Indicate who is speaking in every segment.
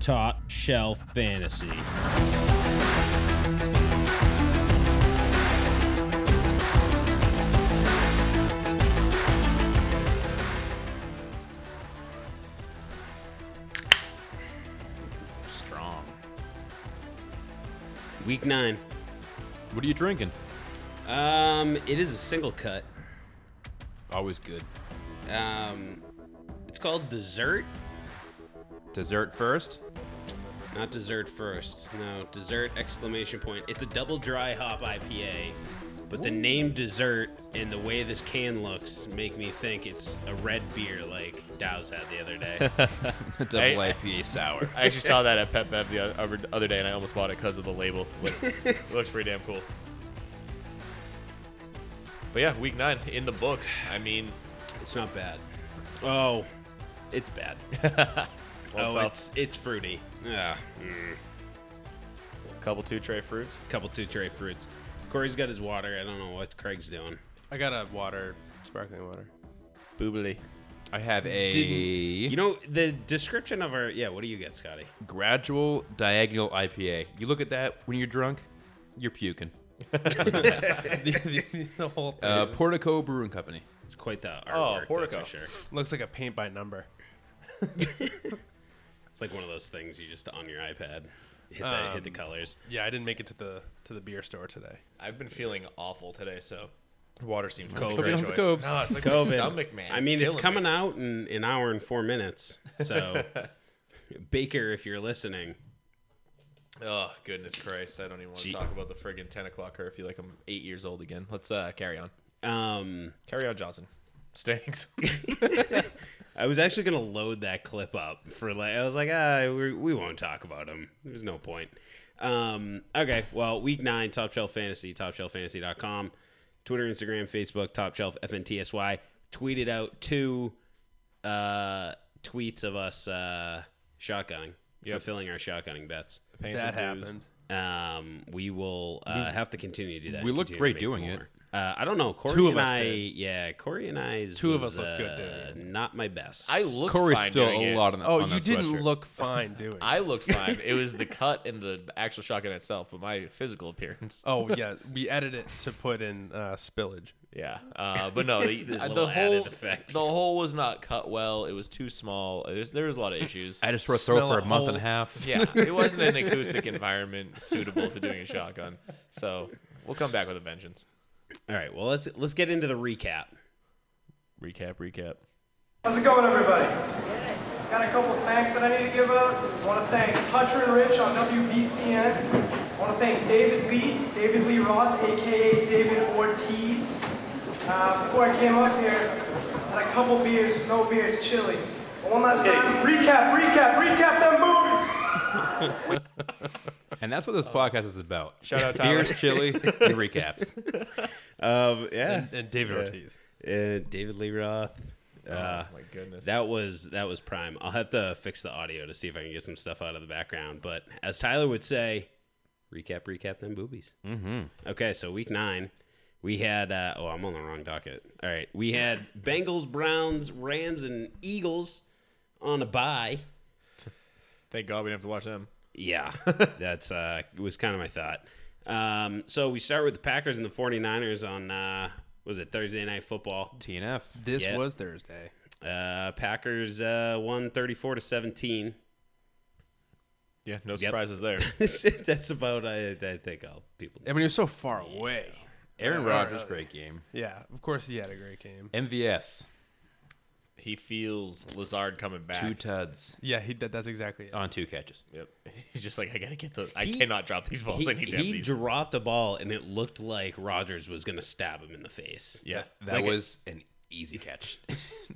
Speaker 1: top shelf fantasy. Strong. Week nine.
Speaker 2: What are you drinking?
Speaker 1: Um, it is a single cut.
Speaker 2: Always good.
Speaker 1: Um, it's called dessert.
Speaker 2: Dessert first.
Speaker 1: Not dessert first. No, dessert exclamation point. It's a double dry hop IPA, but the name dessert and the way this can looks make me think it's a red beer like Dow's had the other day.
Speaker 2: Double
Speaker 3: I-
Speaker 2: IPA sour.
Speaker 3: I actually saw that at Pet Bev the o- other- other day, and I almost bought it because of the label. It looks pretty damn cool. But yeah, week nine in the books. I mean,
Speaker 1: it's not bad. Oh, it's bad.
Speaker 3: well,
Speaker 1: oh,
Speaker 3: it's
Speaker 1: it's it's fruity. Yeah. Mm.
Speaker 3: a couple two tray fruits.
Speaker 1: Couple two tray fruits. Corey's got his water. I don't know what Craig's doing.
Speaker 4: I got a water, sparkling water.
Speaker 3: Boobly.
Speaker 2: I have a
Speaker 1: You know the description of our yeah. What do you get, Scotty?
Speaker 2: gradual diagonal IPA. You look at that when you're drunk, you're puking.
Speaker 4: the, the- the whole thing
Speaker 2: Uh,
Speaker 4: is-
Speaker 2: Portico Brewing Company.
Speaker 1: It's quite the artwork. that's
Speaker 3: Portico.
Speaker 1: for sure.
Speaker 4: looks like a paint by number.
Speaker 1: It's like one of those things you just on your iPad. Hit the, hit the
Speaker 4: Um,
Speaker 1: colors.
Speaker 4: Yeah, I didn't make it to the to the beer store today.
Speaker 3: I've been feeling awful today, so water seemed
Speaker 1: Covid.
Speaker 3: like a
Speaker 1: Cooking
Speaker 3: great
Speaker 2: up the
Speaker 3: choice.
Speaker 2: cobes.
Speaker 3: No, it's like my
Speaker 4: Oh,
Speaker 1: COVID.
Speaker 3: stomach, man.
Speaker 1: I mean, it's,
Speaker 3: killing
Speaker 1: coming
Speaker 3: me.
Speaker 1: out in an hour and four minutes. So, Baker, if you're listening,
Speaker 3: Oh goodness Christ! I don't even want
Speaker 1: Gee.
Speaker 3: to talk about the friggin' ten o'clock curfew like I'm eight years old again. Let's uh, carry on.
Speaker 1: um,
Speaker 3: Carry on, Johnson. Stinks.
Speaker 1: I was actually gonna load that clip up for like I was like, ah, we, we won't talk about him. There's no point. Um, okay, well, week nine, Top Shelf Fantasy, TopShelfFantasy.com, Twitter, Instagram, Facebook, Top Shelf FNTSY. Tweeted out two uh, tweets of us uh, shotgunning, fulfilling our shotgunning bets.
Speaker 4: That happened.
Speaker 1: Um, we will uh, have to continue to do that.
Speaker 2: we
Speaker 1: and
Speaker 2: looked
Speaker 1: continue to
Speaker 2: great
Speaker 1: make
Speaker 2: doing
Speaker 1: more. Uh, I don't know. Corey
Speaker 4: Two of
Speaker 1: and
Speaker 4: us
Speaker 1: I,
Speaker 4: did.
Speaker 1: yeah, Corey and I's
Speaker 4: Two of
Speaker 1: was,
Speaker 4: us looked good
Speaker 1: uh,
Speaker 4: doing
Speaker 1: Not my best.
Speaker 3: I looked
Speaker 2: Corey
Speaker 3: fine
Speaker 2: spilled
Speaker 3: doing
Speaker 2: a
Speaker 3: it.
Speaker 2: lot on that.
Speaker 4: Oh,
Speaker 2: on
Speaker 4: you
Speaker 2: that sweatshirt.
Speaker 4: didn't look fine doing. it.
Speaker 3: I looked fine. it was the cut and the actual shotgun itself, but my physical appearance.
Speaker 4: oh yeah, we edit it to put in uh, spillage.
Speaker 3: Yeah, uh, but no, the, the,
Speaker 1: little added
Speaker 3: whole
Speaker 1: effect.
Speaker 3: the hole was not cut well. It was too small. There's there was a lot of issues.
Speaker 2: I just wrote
Speaker 4: Smell
Speaker 2: throw for
Speaker 4: a
Speaker 2: a month
Speaker 4: hole.
Speaker 2: and a half.
Speaker 3: yeah, it wasn't an acoustic environment suitable to doing a shotgun. So we'll come back with a vengeance.
Speaker 1: All right. Well, let's let's get into the recap.
Speaker 3: Recap, recap.
Speaker 5: How's it going, everybody? Got a couple thanks that I need to give out. want to thank Toucher and Rich on WBCN. want to thank David Lee, David Lee Roth, aka David Ortiz. Uh, before I came up here, had a couple beers, no beer, it's chilly. But one last time, recap, recap, recap that movie.
Speaker 2: And that's what this podcast is about.
Speaker 3: Shout out Tyler.
Speaker 2: Beers, chili, and recaps.
Speaker 1: Um, yeah.
Speaker 4: And David Ortiz.
Speaker 1: Uh, David Lee Roth. Uh,
Speaker 3: Oh, My goodness.
Speaker 1: that was that was prime. I'll have to fix the audio to see if I can get some stuff out of the background. But as Tyler would say, recap, recap, them boobies. Mm-hmm. Okay, so week nine, we had. Uh, oh, I'm on the wrong docket. All right, we had Bengals, Browns, Rams, and Eagles on a bye.
Speaker 3: Thank God we didn't have to watch them.
Speaker 1: Yeah, that's uh was kind of my thought. Um, so we start with the Packers and the 49ers on uh was it Thursday night football?
Speaker 2: TNF.
Speaker 4: This
Speaker 1: Yeah.
Speaker 4: was Thursday.
Speaker 1: Uh Packers uh won 34 to 17.
Speaker 3: Yeah, no surprises there.
Speaker 1: that's about I, I think all people
Speaker 4: I mean, it was so far away.
Speaker 2: Aaron Rodgers, great game.
Speaker 4: Yeah, of course he had a great game.
Speaker 2: MVS,
Speaker 3: He feels Lazard coming back.
Speaker 2: two tuds
Speaker 4: Yeah, he did. That's exactly it.
Speaker 2: on two catches.
Speaker 3: yep. He's just like, I gotta get the. I
Speaker 1: He-
Speaker 3: cannot drop these balls.
Speaker 1: he,
Speaker 3: I need to have
Speaker 1: he
Speaker 3: these.
Speaker 1: dropped a ball and it looked like Rogers was gonna stab him in the face.
Speaker 3: yeah,
Speaker 2: That
Speaker 3: Like,
Speaker 2: was an e- easy catch.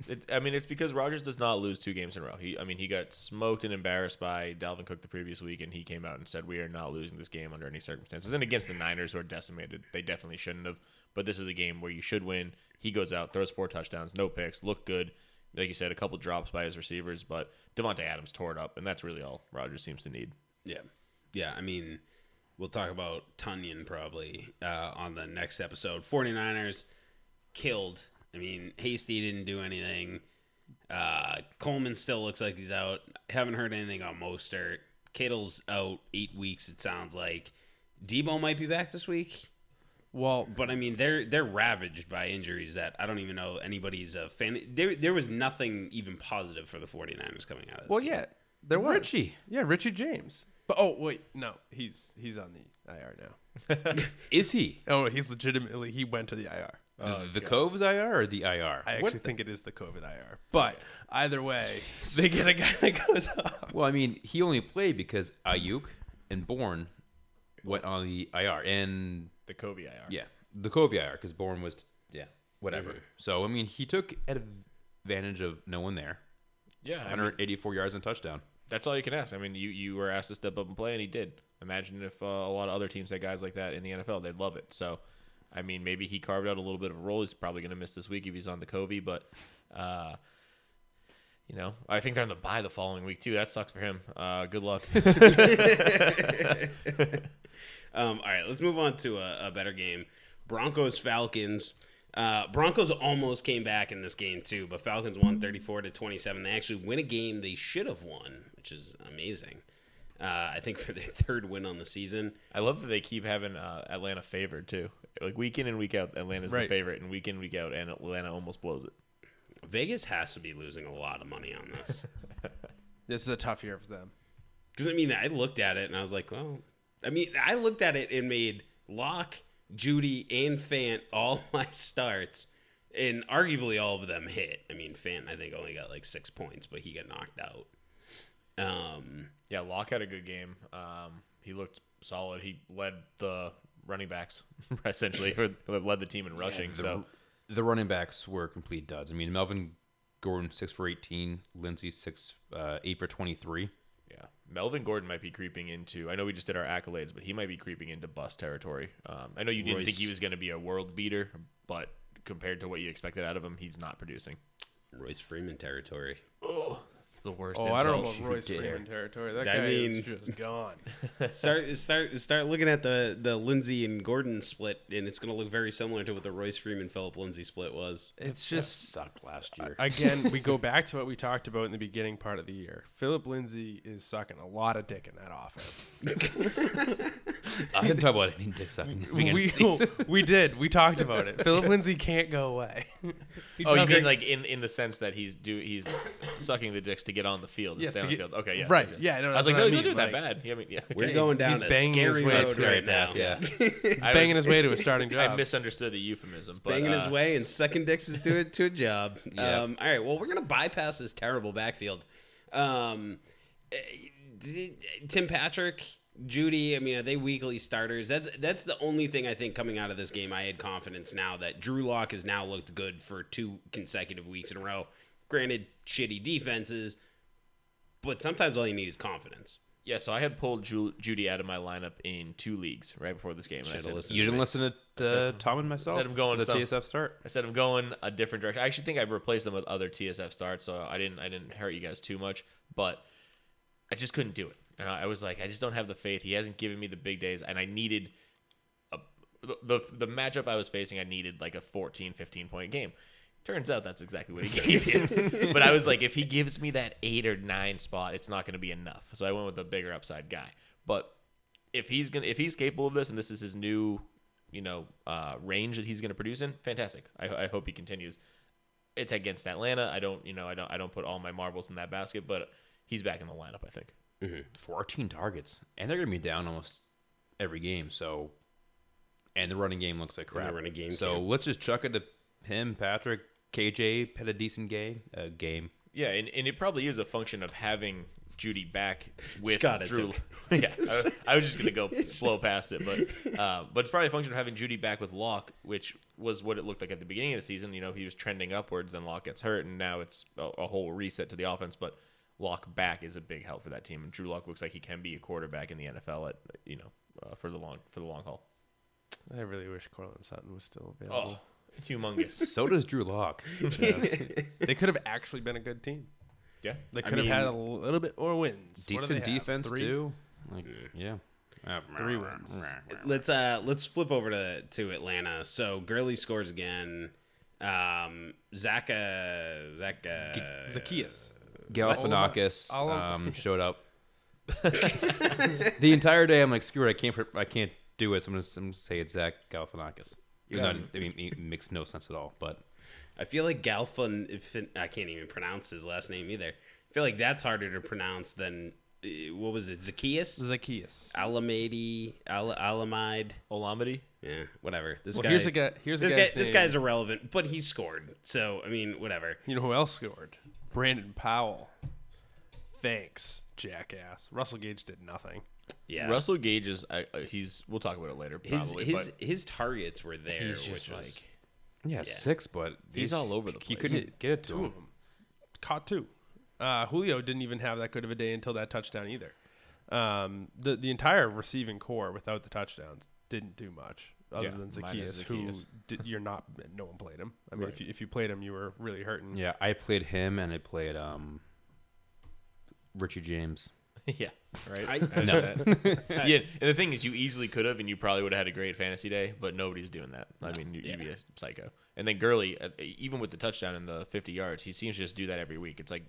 Speaker 3: It, I mean, it's because Rogers does not lose two games in a row. He, I mean, he got smoked and embarrassed by Dalvin Cook the previous week, and he came out and said, "We are not losing this game under any circumstances." And against the Niners, who are decimated, they definitely shouldn't have. But this is a game where you should win. He goes out, throws four touchdowns, no picks, looked good. Like you said, a couple drops by his receivers, but Devonte Adams tore it up, and that's really all Rogers seems to need.
Speaker 1: Yeah. Yeah. I mean, we'll talk about Tunyon probably uh, on the next episode. 49ers killed. I mean, Hasty didn't do anything. Uh, Coleman still looks like he's out. Haven't heard anything on Mostert. Kittle's out eight weeks. It sounds like Debo might be back this week.
Speaker 4: Well,
Speaker 1: But I mean, they're they're ravaged by injuries that I don't even know anybody's a fan. There, there was nothing even positive for the 49ers coming out of this.
Speaker 4: well,
Speaker 1: game.
Speaker 4: yeah, there was
Speaker 2: Richie.
Speaker 4: Yeah, Richie James. But oh wait, no, he's he's on the IR now.
Speaker 2: Is he
Speaker 4: Oh, he's legitimately he went to the IR.
Speaker 2: the, the Cove's IR or the IR?
Speaker 4: I actually think it is the COVID IR. But either way, they get a guy that goes off.
Speaker 2: Well, I mean, he only played because Ayuk and Bourne went on the IR, and
Speaker 3: The Kobe IR.
Speaker 2: yeah, the Cove IR because Bourne was yeah, whatever. So I mean, he took advantage of no one there.
Speaker 3: Yeah. I mean,
Speaker 2: 184 yards and touchdown.
Speaker 3: that's all you can ask. I mean, you, you were asked to step up and play, and he did. Imagine if uh, a lot of other teams had guys like that in the NFL. They'd love it. So, I mean, maybe he carved out a little bit of a role. He's probably going to miss this week if he's on the Covey, but. Uh, you know, I think they're on the bye the following week too. That sucks for him. Uh, good luck.
Speaker 1: Um, all right, let's move on to a, a better game. Broncos Falcons. Uh, Broncos almost came back in this game too, but Falcons won 34 to 27. They actually win a game they should have won, which is amazing. Uh, I think for their third win on the season.
Speaker 3: I love that they keep having uh, Atlanta favored too. Like week in and week out, Atlanta's
Speaker 4: Right.
Speaker 3: the favorite, and week in week out, and Atlanta almost blows it.
Speaker 1: Vegas has to be losing a lot of money on this.
Speaker 4: This is a tough year for them.
Speaker 1: Because I mean, I looked at it and I was like, well, I mean, I looked at it and made Locke, Judy, and Fant all my starts, and arguably all of them hit. I mean, Fant I think only got like six points, but he got knocked out. Um,
Speaker 3: Yeah, Locke had a good game. Um, he looked solid. He led the running backs essentially, or led the team in rushing. so
Speaker 2: The running backs were complete duds. I mean, Melvin Gordon six for 18, Lindsey six uh, eight for 23.
Speaker 3: yeah, Melvin Gordon might be creeping into. I know we just did our accolades, but he might be creeping into bust territory. Um, I know you didn't think
Speaker 1: Royce.
Speaker 3: he was going to be a world beater, but compared to what you expected out of him, he's not producing.
Speaker 1: Royce Freeman territory.
Speaker 3: It's the worst.
Speaker 4: Oh, I don't know
Speaker 3: insult.
Speaker 4: about Royce
Speaker 2: dare.
Speaker 4: Freeman territory. That
Speaker 1: I
Speaker 4: guy
Speaker 1: mean-
Speaker 4: is just gone.
Speaker 1: Start start start looking at the the Lindsey and Gordon split, and it's gonna look very similar to what the Royce Freeman Philip Lindsey split was.
Speaker 4: It's just
Speaker 2: Sucked last year.
Speaker 4: again, we go back to what we talked about in the beginning part of the year. Philip Lindsay is sucking a lot of dick in that office.
Speaker 2: I didn't talk about any dick sucking. at the beginning of
Speaker 4: we
Speaker 2: the season.
Speaker 4: we did. We talked about it. Philip Lindsay can't go away.
Speaker 3: Oh, you mean like in, in the sense that he's do he's sucking the dicks to get on the field and
Speaker 4: Yes,
Speaker 3: stay
Speaker 4: to
Speaker 3: on
Speaker 4: get-
Speaker 3: the field. Okay, yeah,
Speaker 4: Right,
Speaker 3: yes,
Speaker 4: yeah,
Speaker 3: yes.
Speaker 4: no,
Speaker 3: I was
Speaker 4: that's
Speaker 3: like,
Speaker 4: what I
Speaker 3: no, he's not
Speaker 4: mean,
Speaker 3: doing that
Speaker 4: like-
Speaker 3: bad. Yeah, I mean, yeah,
Speaker 1: We're
Speaker 3: okay.
Speaker 1: going down
Speaker 4: he's
Speaker 1: a
Speaker 4: banging his
Speaker 1: scary
Speaker 4: way
Speaker 1: road
Speaker 4: to
Speaker 1: right
Speaker 4: right
Speaker 1: now.
Speaker 2: Yeah.
Speaker 4: He's
Speaker 3: I
Speaker 4: banging
Speaker 3: was-
Speaker 4: his way to a starting job.
Speaker 3: I misunderstood the euphemism, but
Speaker 1: banging his
Speaker 3: uh,
Speaker 1: way and sucking dicks is doing to a job.
Speaker 2: Yeah.
Speaker 1: Um, all right, well, we're gonna bypass this terrible backfield. Um, eh, d- Tim Patrick, Judy. I mean, are they weekly starters? That's that's the only thing I think coming out of this game. I had confidence now that Drew Lock has now looked good for two consecutive weeks in a row. Granted, shitty defenses, but sometimes all you need is confidence.
Speaker 3: Yeah, so I had pulled Ju- Judy out of my lineup in two leagugues right before this game. and I
Speaker 1: Should've
Speaker 3: said,
Speaker 1: listened.
Speaker 2: You didn't listen to uh, Tom and myself.
Speaker 3: Said I'm going
Speaker 2: the
Speaker 3: some.
Speaker 2: TSF start.
Speaker 3: I said I'm going a different direction. I actually think I replaced them with other TSF starts, so I didn't I didn't hurt you guys too much, but I just couldn't do it. And I I was like, I just don't have the faith. He hasn't given me the big days, and I needed a, the, the the matchup I was facing. I needed like a 14, 15 point game. Turns out that's exactly what he gave you. but I was like, if he gives me that eight or nine spot, it's not going to be enough. So I went with a bigger upside guy. But if he's gonna if he's capable of this and this is his new you know uh, range that he's gonna produce in fantastic I, I hope he continues it's against atlanta i don't you know i don't i don't put all my marbles in that basket but he's back in the lineup i think
Speaker 2: 14 targets, and they're going to be down almost every game. So, and the running game looks like crap.
Speaker 1: running game,
Speaker 2: So
Speaker 1: too.
Speaker 2: let's just chuck it to him, Patrick, KJ had a decent game. Uh, game.
Speaker 3: yeah and, and it probably is a function of having judy back with
Speaker 1: Scott, it's
Speaker 3: drew yeah I, I was just gonna go slow past it but uh, but it's probably a function of having judy back with Locke, which was what it looked like at the beginning of the season you know he was trending upwards then Locke gets hurt and now it's a, a whole reset to the offense but Locke back is a big help for that team, and Drew Locke looks like he can be a quarterback in the NFL at you know uh, for the long for the long haul.
Speaker 4: I really wish Cortland Sutton was still
Speaker 3: Oh,
Speaker 4: available.
Speaker 3: humongous!
Speaker 2: So does Drew Lock.
Speaker 4: They could have actually been a good team.
Speaker 3: yeah,
Speaker 4: They
Speaker 1: I
Speaker 4: could have had a
Speaker 1: mean-
Speaker 4: little bit more wins. What do
Speaker 2: decent
Speaker 4: they have?
Speaker 2: defense
Speaker 4: Three?
Speaker 2: too. Like yeah.
Speaker 4: Three wins.
Speaker 1: let's uh let's flip over to to Atlanta. So Gurley scores again. Um, Zach, uh, Zach, uh,
Speaker 4: Zacchaeus.
Speaker 2: Galifianakis
Speaker 4: all of-
Speaker 2: um, showed up. the entire day, I'm like, screw it, I can't, pr- I can't do it. So I'm gonna, I'm gonna say it's Zach Galifianakis. Even though I mean, it makes no sense at all. But
Speaker 1: I feel like Galfin. If I can't even pronounce his last name either. I feel like that's harder to pronounce than uh, what was it, Zacchaeus,
Speaker 4: Uh, Zacchaeus.
Speaker 1: Alamedi, Al- Alamide.
Speaker 3: Olamide.
Speaker 1: Yeah, whatever. This
Speaker 4: Well,
Speaker 1: guy.
Speaker 4: here's a guy. Here's a
Speaker 1: this guy.
Speaker 4: guy's
Speaker 1: This
Speaker 4: name.
Speaker 1: guy's irrelevant, but he scored. So I mean, whatever.
Speaker 4: You know who else scored? Brandon Powell. Thanks, jackass. Russell Gage did nothing.
Speaker 1: Yeah.
Speaker 3: Russell Gage is I, uh, he's. We'll talk about it later.
Speaker 1: his
Speaker 3: Probably,
Speaker 1: his
Speaker 3: but
Speaker 1: his targets were there,
Speaker 3: he's
Speaker 1: which
Speaker 3: just like
Speaker 1: was
Speaker 2: yeah, six, but
Speaker 3: He's all over the
Speaker 2: He
Speaker 3: place.
Speaker 2: couldn't get it to
Speaker 4: Two
Speaker 2: him.
Speaker 4: of them. Caught two. Uh, Julio didn't even have that good of a day until that touchdown either. Um, the the entire receiving core without the touchdowns didn't do much other
Speaker 2: Yeah,
Speaker 4: than
Speaker 2: minus
Speaker 4: Zacchaeus, who
Speaker 2: Zacchaeus.
Speaker 4: did, you're not. No one played him. I mean, if you if you played him, you were really hurting.
Speaker 2: Yeah, I played him and I played um, Richie James.
Speaker 3: yeah, right.
Speaker 1: I,
Speaker 3: yeah, and the thing is, you easily could have, and you probably would have had a great fantasy day, but nobody's doing that. I mean, you, you'd be a psycho. And then Gurley, uh, even with the touchdown and the 50 yards, he seems to just do that every week. It's like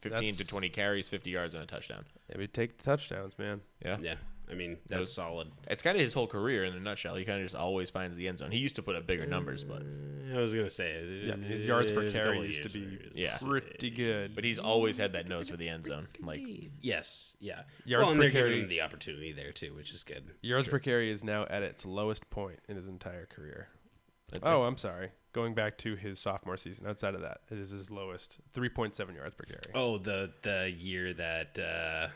Speaker 3: 15 to
Speaker 4: That's-
Speaker 3: 20 carries, 50 yards, and a touchdown.
Speaker 4: Yeah, we take the touchdowns, man.
Speaker 3: Yeah.
Speaker 1: yeah. I mean, that's
Speaker 3: was-
Speaker 1: solid.
Speaker 3: It's kind of his whole career in a nutshell. He kind of just always finds the end zone. He used to put up bigger numbers, but
Speaker 1: I was gonna say it-
Speaker 4: Yeah, his yards per
Speaker 1: his
Speaker 4: carry
Speaker 1: goal
Speaker 4: used to
Speaker 1: years
Speaker 4: be
Speaker 1: were-
Speaker 3: Yeah.
Speaker 4: pretty good.
Speaker 3: but he's always had that nose for the end zone. Like
Speaker 1: Yes, yeah.
Speaker 4: Yards
Speaker 1: well, and
Speaker 4: per
Speaker 1: they're
Speaker 4: carry.
Speaker 1: giving him the opportunity there too, which is good.
Speaker 4: Yards per carry is now at its lowest point in his entire career. Oh, I'm sorry. Going back to his sophomore season, outside of that, it is his lowest 3.7 yards per carry.
Speaker 1: Oh, the the year that uh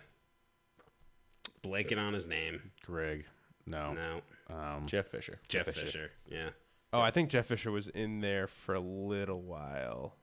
Speaker 1: blanking on his name.
Speaker 2: Greg, no,
Speaker 1: No,
Speaker 2: Um,
Speaker 3: Jeff Fisher.
Speaker 1: Oh. Jeff Fisher. Yeah,
Speaker 4: Oh, I think Jeff Fisher was in there for a little while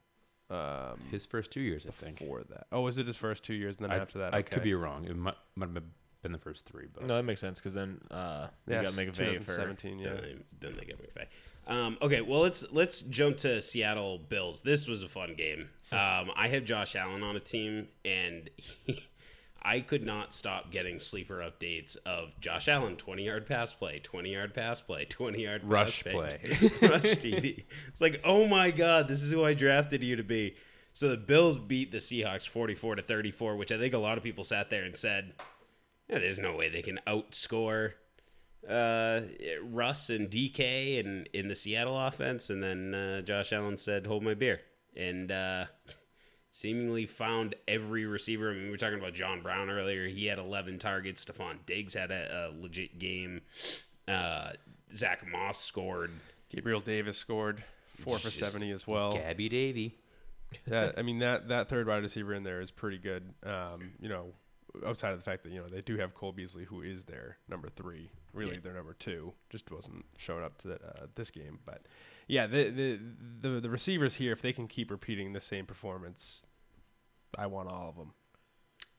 Speaker 4: um,
Speaker 2: his first two years, I think.
Speaker 4: before that. Oh, was it his first two years and then
Speaker 2: I,
Speaker 4: after that?
Speaker 2: I could
Speaker 4: Okay.
Speaker 2: be wrong. It might, might have been the first three, but
Speaker 3: No, that makes sense because then uh, you
Speaker 4: Yes,
Speaker 3: got McVay for
Speaker 4: 2017, yeah.
Speaker 1: Then, they, then they get McVay. Um, okay, well let's let's jump to Seattle Bills. This was a fun game.
Speaker 2: Hmm.
Speaker 1: Um, I have Josh Allen on a team, and he, I could not stop getting sleeper updates of Josh Allen twenty yard pass play, twenty yard pass play, twenty yard
Speaker 2: Rush
Speaker 1: pass
Speaker 2: play.
Speaker 1: Rush TD. It's like, oh my God, this is who I drafted you to be. So the Bills beat the Seahawks 44 to 34, which I think a lot of people sat there and said, yeah, there's no way they can outscore uh, Russ and DK and in the Seattle offense. And then uh, Josh Allen said, hold my beer. And uh, seemingly found every receiver. I mean, we were talking about John Brown earlier. He had 11 targets. Stephon Diggs had a, a legit game. Uh, Zach Moss scored.
Speaker 4: Gabriel Davis scored four for
Speaker 1: Just
Speaker 4: 70 as well.
Speaker 2: Gabby Davy.
Speaker 4: that I mean that that third wide receiver in there is pretty good. Um, you know, outside of the fact that you know they do have Cole Beasley, who is their number three, really their number two, just wasn't showed up to that, uh, this game. But yeah, the, the the the receivers here, if they can keep repeating the same performance, I want all of them.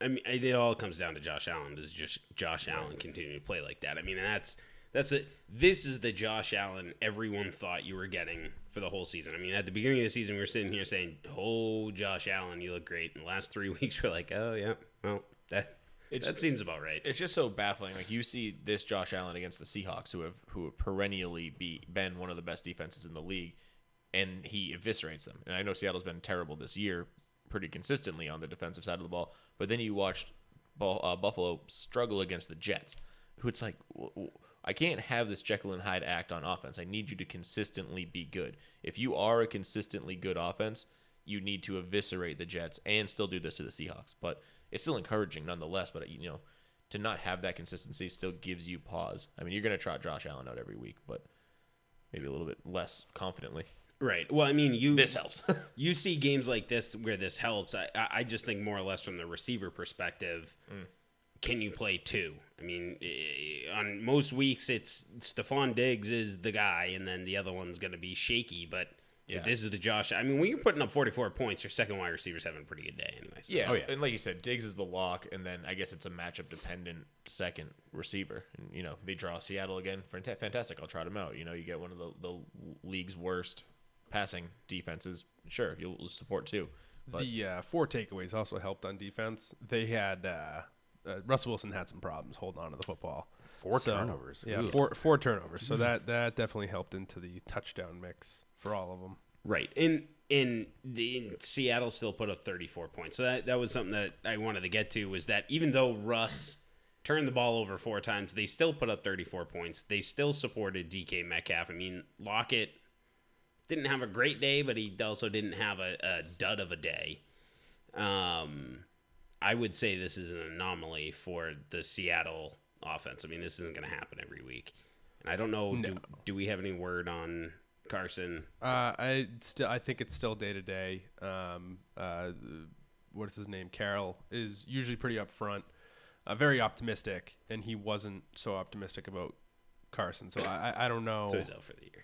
Speaker 1: I mean, it it all comes down to Josh Allen. Does just Josh Allen continue to play like that? I mean, and that's that's it. This is the Josh Allen everyone thought you were getting for the whole season. I mean, at the beginning of the season, we were sitting here saying, "Oh, Josh Allen, you look great." And the last three weeks, we're like, "Oh yeah, well that
Speaker 3: It's-
Speaker 1: that seems about right."
Speaker 3: it's just so baffling. Like you see this Josh Allen against the Seahawks, who have who have perennially be, been one of the best defenses in the league, and he eviscerates them. And I know Seattle's been terrible this year, pretty consistently on the defensive side of the ball. But then you watched Bal- uh, Buffalo struggle against the Jets, who it's like. w- w- I can't have this Jekyll and Hyde act on offense. I need you to consistently be good. If you are a consistently good offense, you need to eviscerate the Jets and still do this to the Seahawks. But it's still encouraging nonetheless. But you know, to not have that consistency still gives you pause. I mean, you're going to trot Josh Allen out every week, but maybe a little bit less confidently.
Speaker 1: Right. Well, I mean, you
Speaker 3: This helps.
Speaker 1: you see games like this where this helps. I, I I just think more or less from the receiver perspective,
Speaker 3: Mm.
Speaker 1: can you play two? I mean, eh, on most weeks, it's Stephon Diggs is the guy, and then the other one's going to be shaky. But
Speaker 3: Yeah.
Speaker 1: if this is the Josh. I mean, when you're putting up 44 points, your second wide receiver's having a pretty good day anyway. So.
Speaker 3: yeah.
Speaker 2: Oh, yeah.
Speaker 3: And like you said, Diggs is the lock, and then I guess it's a matchup dependent second receiver. And, you know, they draw Seattle again. Fant- Fantastic. I'll trot him out. You know, you get one of the, the league's worst passing defenses. Sure, you'll support two. But
Speaker 4: the uh, four takeaways also helped on defense. They had uh, uh, Russell Wilson had some problems holding on to the football.
Speaker 2: Four turnovers.
Speaker 4: Yeah,
Speaker 2: Ooh.
Speaker 4: Mm-hmm. four four turnovers. So that that definitely helped into the touchdown mix for all of them.
Speaker 1: Right. And and the and Seattle still put up 34 points. So that, that was something that I wanted to get to was that even though Russ turned the ball over four times, they still put up 34 points. They still supported DK Metcalf. I mean, Lockett didn't have a great day, but he also didn't have a, a dud of a day. Um, I would say this is an anomaly for the Seattle offense. I mean, this isn't going to happen every week. And I don't know. Do, do we have any word on Carson?
Speaker 4: Uh, I still I think it's still day to day. Um, uh, what is his name? Carroll is usually pretty upfront, uh, very optimistic, and he wasn't so optimistic about Carson. So I I- I don't know.
Speaker 1: So he's out for the year.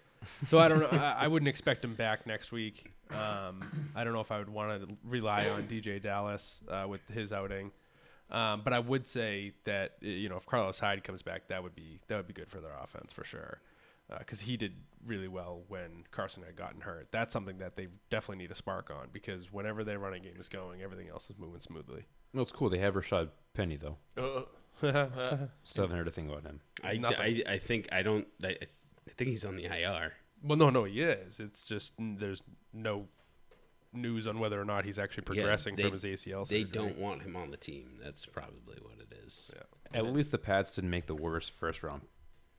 Speaker 4: So I don't know. I, I wouldn't expect him back next week. Um, I don't know if I would want to rely on DJ Dallas uh, with his outing, um, but I would say that uh, you know if Carlos Hyde comes back, that would be that would be good for their offense for sure, because he did really well when Carson had gotten hurt. That's something that they definitely need a spark on because whenever their running game is going, everything else is moving smoothly.
Speaker 2: Well, it's cool. They have Rashad Penny though.
Speaker 3: Uh,
Speaker 2: Still haven't heard a thing about him.
Speaker 1: I, I,
Speaker 4: Nothing.
Speaker 1: I think I don't. I, I think he's on the IR.
Speaker 4: Well, no, no, he is. It's just mm, there's no news on whether or not he's actually progressing
Speaker 1: they-
Speaker 4: from his ACL.
Speaker 1: They
Speaker 4: surgery.
Speaker 1: don't want him on the team. That's probably what it is.
Speaker 2: At least the Pats didn't make the worst first round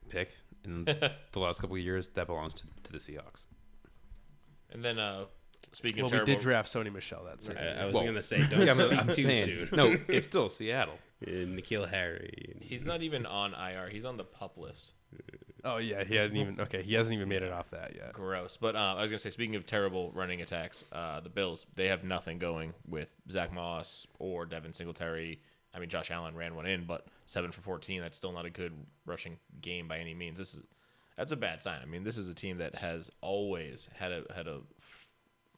Speaker 2: pick in the last couple of years. That belongs to, to the Seahawks.
Speaker 3: and then uh, speaking
Speaker 4: Well,
Speaker 3: of
Speaker 4: we
Speaker 3: terrible,
Speaker 4: did draft Sony Michelle that second.
Speaker 1: I, I was
Speaker 2: Well,
Speaker 1: gonna say don't
Speaker 2: Yeah,
Speaker 1: speak
Speaker 2: I'm, I'm
Speaker 1: too
Speaker 2: saying
Speaker 1: soon.
Speaker 2: no. It's still Seattle.
Speaker 1: And Nikhil Harry. and-
Speaker 3: he's not even on IR. He's on the pup list.
Speaker 4: Oh yeah, he hasn't even okay. He hasn't even made it off that yet.
Speaker 3: Gross. But uh, I was gonna say, speaking of terrible running attacks, uh, the Bills they have nothing going with Zach Moss or Devin Singletary. I mean, Josh Allen ran one in, but seven for fourteen. That's still not a good rushing game by any means. This is that's a bad sign. I mean, this is a team that has always had a had a f-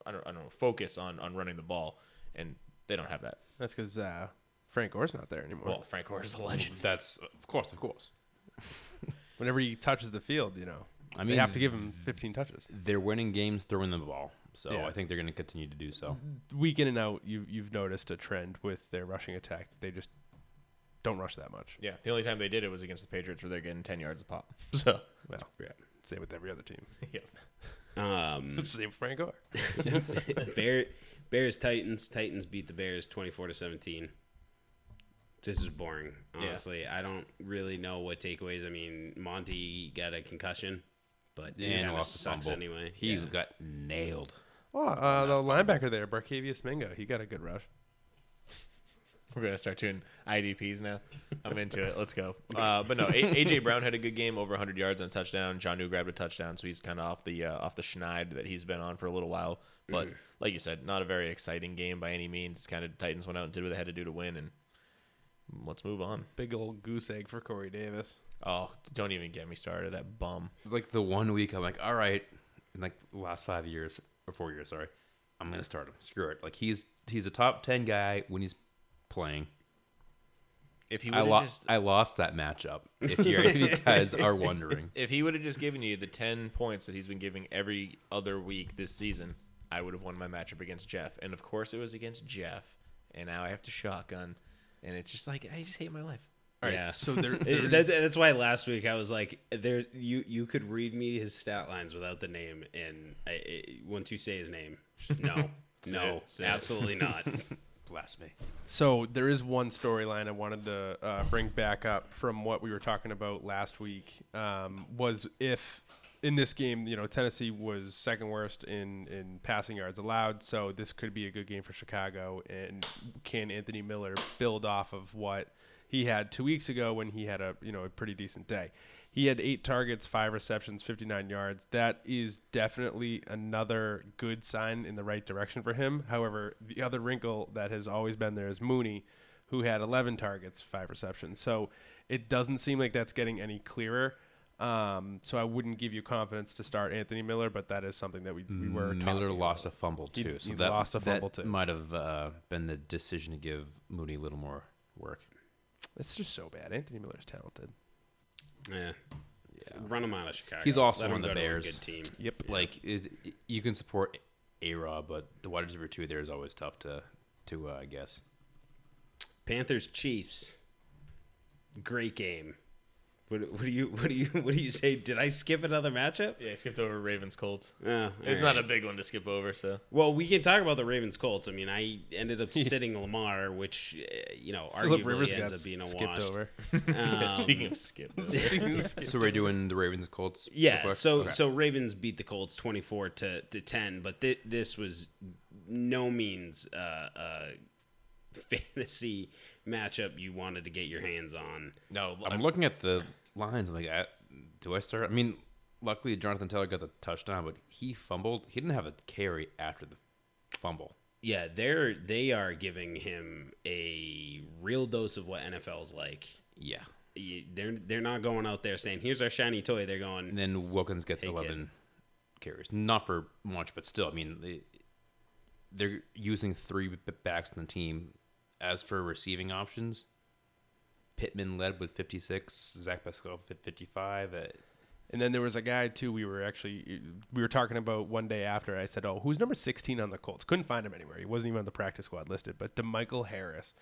Speaker 3: I don't I don't know focus on on running the ball, and they don't have that.
Speaker 4: That's because uh, Frank Gore's not there anymore.
Speaker 3: Well, Frank Gore is a legend.
Speaker 2: That's of course, of course.
Speaker 4: Whenever he touches the field, you know, I
Speaker 2: I
Speaker 4: mean,
Speaker 2: mean-
Speaker 4: they have to give him 15 touches.
Speaker 2: They're winning games throwing the ball, so
Speaker 4: Yeah.
Speaker 2: I think they're going to continue to do so.
Speaker 4: Week in and out, you you've noticed a trend with their rushing attack. They just don't rush that much.
Speaker 3: Yeah, the only time they did it was against the Patriots, where they're getting ten yards a pop. So
Speaker 4: Well, yeah. Same with every other team.
Speaker 3: yeah,
Speaker 1: Um,
Speaker 4: Same with Frank Gore.
Speaker 1: Bear, Bears Titans. Titans beat the Bears twenty four to seventeen. This is boring. Honestly, I don't really know what takeaways. I mean, Monty got a concussion, but yeah,
Speaker 2: And
Speaker 1: kind of
Speaker 2: lost the
Speaker 1: sucks
Speaker 2: fumble.
Speaker 1: anyway.
Speaker 2: He
Speaker 1: Yeah.
Speaker 2: got nailed.
Speaker 4: Well, uh, the linebacker there, Barcavius Mingo, he got a good rush.
Speaker 3: We're gonna start doing IDPs now. I'm into it. Let's go. Uh, but no, a- AJ Brown had a good game, over 100 yards on a touchdown. John New grabbed a touchdown, so he's kind of off the uh, off the schneid that he's been on for a little while. But like you said, not a very exciting game by any means. Kind of Titans went out and did what they had to do to win, and let's move on.
Speaker 4: Big old goose egg for Corey Davis.
Speaker 3: Oh, don't even get me started. That bum.
Speaker 2: It's like the one week I'm like, all right, in like the last five years or four years, sorry, I'm going to start him. Screw it. Like he's he's a top ten guy when he's playing.
Speaker 3: If he
Speaker 2: I
Speaker 3: would
Speaker 2: lost.
Speaker 3: just
Speaker 2: I lost that matchup. If, you're, if you guys are wondering,
Speaker 3: if he would have just given you the 10 points that he's been giving every other week this season, I would have won my matchup against Jeff. And of course, it was against Jeff. And now I have to shotgun. And it's just like, I just hate my life.
Speaker 4: All right,
Speaker 1: Yeah.
Speaker 4: so there,
Speaker 1: It-
Speaker 4: there
Speaker 1: that's,
Speaker 4: is-
Speaker 1: that's why last week I was like, "There, you you could read me his stat lines without the name, and I, I, once you say his name, no, no,
Speaker 3: it, say it.
Speaker 1: absolutely not."
Speaker 2: blasphemy.
Speaker 4: So there is one storyline I wanted to uh, bring back up from what we were talking about last week. Um, was if in this game, you know, Tennessee was second worst in in passing yards allowed, so this could be a good game for Chicago. And can Anthony Miller build off of what he had two weeks ago when he had a you know a pretty decent day? He had eight targets, five receptions, 59 yards. That is definitely another good sign in the right direction for him. However, the other wrinkle that has always been there is Mooney, who had 11 targets, five receptions. So it doesn't seem like that's getting any clearer. Um, so I wouldn't give you confidence to start Anthony Miller, but that is something that we, we were
Speaker 2: Mm, Miller
Speaker 4: talking
Speaker 2: lost a fumble too, so
Speaker 4: he
Speaker 2: that
Speaker 4: lost a
Speaker 2: that
Speaker 4: fumble, too.
Speaker 2: might have uh, been the decision to give Mooney a little more work.
Speaker 4: It's just so bad. Anthony Miller's talented.
Speaker 1: yeah. run him out of Chicago.
Speaker 2: He's also
Speaker 1: Let him
Speaker 2: on the
Speaker 1: go to a
Speaker 2: Bears.
Speaker 1: good team.
Speaker 4: Yep.
Speaker 2: Like it, you can support A Rob, but the wide receiver two there is always tough to to uh, guess.
Speaker 1: Panthers Chiefs. Great game. What, what do you what do you what do you say? Did I skip another matchup?
Speaker 3: Yeah, I skipped over Ravens Colts.
Speaker 1: Oh,
Speaker 3: It's
Speaker 1: all
Speaker 3: not
Speaker 1: right.
Speaker 3: a big one to skip over, so
Speaker 1: Well, we can talk about the Ravens Colts. I mean, I ended up sitting Lamar, which eh, you know
Speaker 4: Philip
Speaker 1: arguably
Speaker 4: Rivers
Speaker 1: ends
Speaker 4: got
Speaker 1: up being a
Speaker 4: skipped
Speaker 1: wash.
Speaker 4: over.
Speaker 1: Um,
Speaker 3: speaking of skip, over,
Speaker 2: So we're doing the Ravens Colts. real
Speaker 1: Yeah,
Speaker 2: quick?
Speaker 1: so
Speaker 2: Okay.
Speaker 1: so Ravens beat the Colts twenty four to, to ten, but th- this was no means uh, uh, fantasy matchup you wanted to get your hands on.
Speaker 3: no,
Speaker 2: I'm looking at the lines. I'm like, I, do I start? I mean, luckily Jonathan Taylor got the touchdown, but he fumbled. He didn't have a carry after the fumble.
Speaker 1: Yeah, they're they are giving him a real dose of what NFL's like.
Speaker 2: Yeah.
Speaker 1: You- They're they're not going out there saying here's our shiny toy. They're
Speaker 2: And
Speaker 1: going
Speaker 2: then Wilkins gets 11 carries. Not for much, but still, I mean, they, they're using three b- backs in the team. As for receiving options, Pittman led with 56, Zach Pascal with 55. Uh,
Speaker 4: And then there was a guy too. We were actually we were talking about one day after. I said, "Oh, who's number 16 on the Colts?" Couldn't find him anywhere. He wasn't even on the practice squad listed. But DeMichael Harris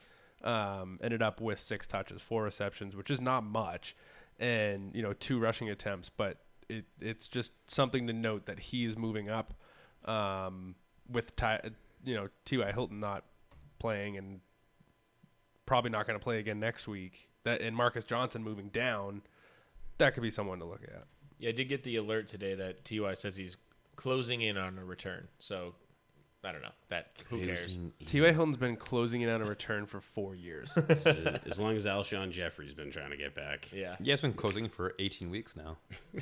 Speaker 4: um, ended up with six touches, four receptions, which is not much, and you know two rushing attempts. But it it's just something to note that he's moving up um, with Ty, you know T.Y. Hilton not playing and probably not going to play again next week. That and Marcus Johnson moving down. That could be someone to look at.
Speaker 3: Yeah, I did get the alert today that Ty says he's closing in on a return. So I don't know that. Who
Speaker 2: he was
Speaker 3: cares?
Speaker 2: in-
Speaker 4: T.Y. Hilton's been closing in on a return for four years.
Speaker 1: as, as long as Alshon Jeffrey's been trying to get back.
Speaker 3: Yeah,
Speaker 2: Yeah, it's been closing for 18 weeks now.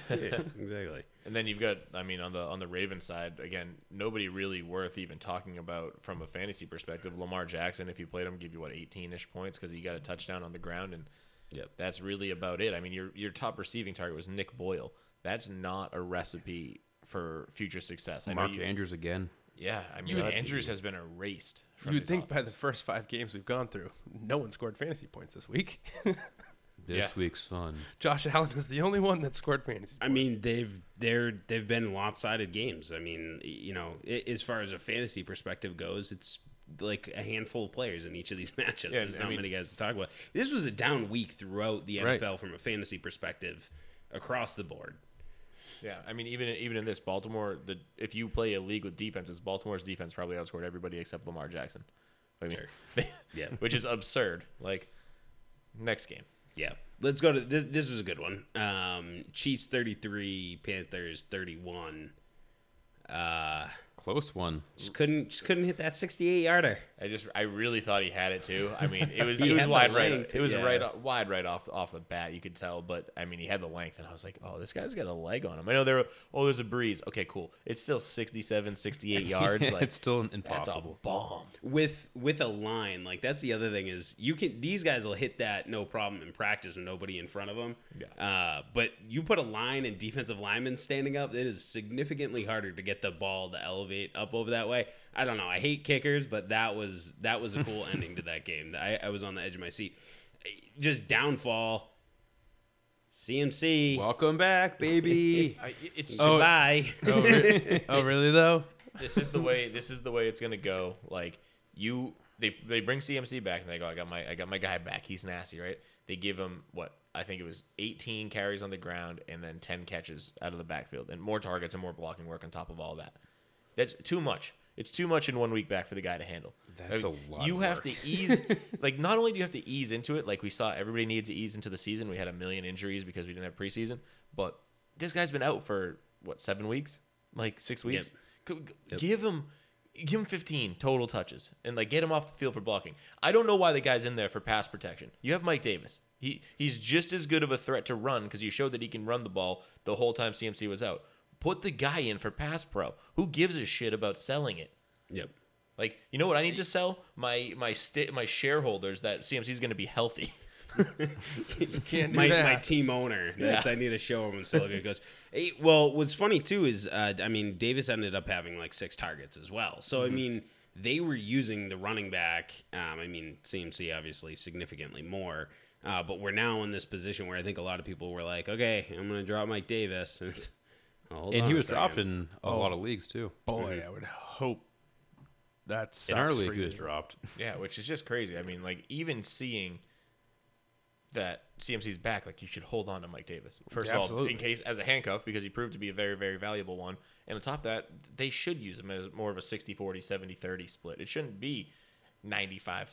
Speaker 1: exactly.
Speaker 3: and then you've got, I mean, on the on the Raven side again, nobody really worth even talking about from a fantasy perspective. Lamar Jackson, if you played him, give you what 18 ish points because he got a touchdown on the ground, and
Speaker 1: Yep.
Speaker 3: that's really about it. I mean, your your top receiving target was Nick Boyle. That's not a recipe for future success. I
Speaker 2: Mark
Speaker 3: know you,
Speaker 2: Andrews again.
Speaker 3: yeah, I mean,
Speaker 2: You'd-
Speaker 3: Andrews has been erased. From
Speaker 4: You'd
Speaker 3: his
Speaker 4: think by
Speaker 3: offense.
Speaker 4: the first five games we've gone through, no one scored fantasy points this week.
Speaker 2: This
Speaker 3: Yeah.
Speaker 2: week's fun.
Speaker 4: Josh Allen is the only one that scored fantasy.
Speaker 1: I
Speaker 4: points.
Speaker 1: mean, they've they're they've been lopsided games. I mean, you know, i as far as a fantasy perspective goes, it's like a handful of players in each of these matches. There's
Speaker 3: I
Speaker 1: not
Speaker 3: mean-
Speaker 1: many guys to talk about. This was a down week throughout the
Speaker 2: Right.
Speaker 1: NFL from a fantasy perspective across the board.
Speaker 3: Yeah, I mean, even even in this, Baltimore, the if you play a league with defenses, Baltimore's defense probably outscored everybody except Lamar Jackson. I mean,
Speaker 1: Yeah.
Speaker 3: which is absurd. Like next game,
Speaker 1: Yeah. Let's go to this. This was a good one. Um, Chiefs 33, Panthers 31. Uh,
Speaker 2: Close one.
Speaker 1: just couldn't just couldn't hit that 68 yarder.
Speaker 3: I just I really thought he had it too. I mean, it was
Speaker 1: He
Speaker 3: it was
Speaker 1: had the
Speaker 3: wide right.
Speaker 1: length,
Speaker 3: It was
Speaker 1: yeah.
Speaker 3: right o- wide right off off the bat. You could tell, but I mean, he had the length, and I was like, oh, this guy's got a leg on him. I know there were oh, there's a breeze. Okay, cool. It's still 67, 68 yards. Like
Speaker 2: it's still
Speaker 3: that's a
Speaker 2: impossible.
Speaker 3: bomb.
Speaker 1: with with a line like that's the other thing is you can these guys will hit that no problem in practice with nobody in front of them uh, but you put a line and defensive linemen standing up it is significantly harder to get the ball to elevate up over that way i don't know i hate kickers but that was that was a cool ending to that game I, I was on the edge of my seat just downfall cmc
Speaker 2: Welcome back, baby.
Speaker 3: I, it's just,
Speaker 1: goodbye
Speaker 4: oh really though?
Speaker 3: this is the way this is the way it's gonna go. Like you they they bring CMC back and they go, I got my I got my guy back. He's nasty, right? They give him what I think it was 18 carries on the ground and then 10 catches out of the backfield and more targets and more blocking work on top of all that. That's too much. It's too much in one week back for the guy to handle.
Speaker 2: That's
Speaker 3: Like,
Speaker 2: a lot
Speaker 3: You
Speaker 2: of
Speaker 3: have
Speaker 2: work.
Speaker 3: to ease. like not only do you have to ease into it, like we saw everybody needed to ease into the season. We had a million injuries because we didn't have preseason, but this guy's been out for what seven weeks, like six weeks. G- g- Give him give him 15 total touches and like get him off the field for blocking. I don't know why the guy's in there for pass protection. You have Mike Davis. He he's just as good of a threat to run because you showed that he can run the ball the whole time CMC was out. Put the guy in for pass pro. Who gives a shit about selling it?
Speaker 1: yep
Speaker 3: Like, you know what I need to sell? My my sta my shareholders that CMC's going to be healthy.
Speaker 4: Can't do
Speaker 1: my,
Speaker 4: that.
Speaker 1: my team owner. That's I need to show him I'm still a good coach. Eh, well, what's funny too is uh, I mean Davis ended up having like six targets as well. So I mean they were using the running back. Um, I mean CMC obviously significantly more. Uh, but we're now in this position where I think a lot of people were like, okay, I'm going to drop Mike Davis. And, it's, well, hold
Speaker 2: and
Speaker 1: on
Speaker 2: he
Speaker 1: a
Speaker 2: was
Speaker 1: second.
Speaker 2: dropped in a lot of leagues, too.
Speaker 4: Boy, I would hope that sucks
Speaker 2: In our
Speaker 4: for
Speaker 2: league, he
Speaker 4: you.
Speaker 2: was dropped.
Speaker 3: Yeah, which is just crazy. I mean, like even seeing that CMC's back, like you should hold on to Mike Davis. First of all,
Speaker 4: Absolutely.
Speaker 3: in case as a handcuff because he proved to be a very very valuable one. And on top of that, they should use him as more of a 60-40, 70-30 split. It shouldn't be 95-5.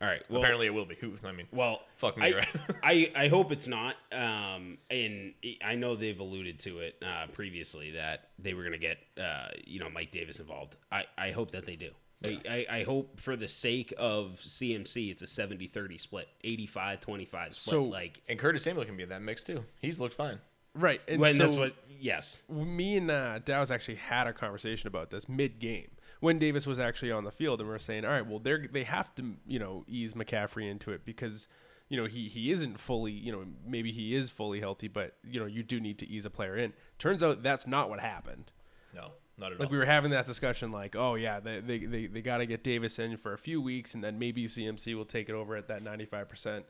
Speaker 1: All right. Well,
Speaker 3: Apparently it will be. Who I mean,
Speaker 1: Well,
Speaker 3: Fuck me,
Speaker 1: I,
Speaker 3: right?
Speaker 1: I I hope it's not. Um, and I know they've alluded to it uh, previously that they were gonna get uh, you know Mike Davis involved. I, I hope that they do. I, I, I hope for the sake of CMC, it's a 70-30 split, 85-25 split.
Speaker 4: So-
Speaker 1: like
Speaker 3: and Curtis Samuel can be in that mix too. He's looked fine.
Speaker 4: Right. And
Speaker 1: when
Speaker 4: so
Speaker 1: that's what yes.
Speaker 4: me and uh, Dows actually had a conversation about this mid game when Davis was actually on the field, and we are saying, all right, well, they they have to you know ease McCaffrey into it because you know he he isn't fully you know maybe he is fully healthy, but you know you do need to ease a player in. Turns out that's not what happened.
Speaker 3: No, not at
Speaker 4: Like we were having that discussion, like, oh yeah, they they, they, they got to get Davis in for a few weeks, and then maybe CMC will take it over at that ninety five percent.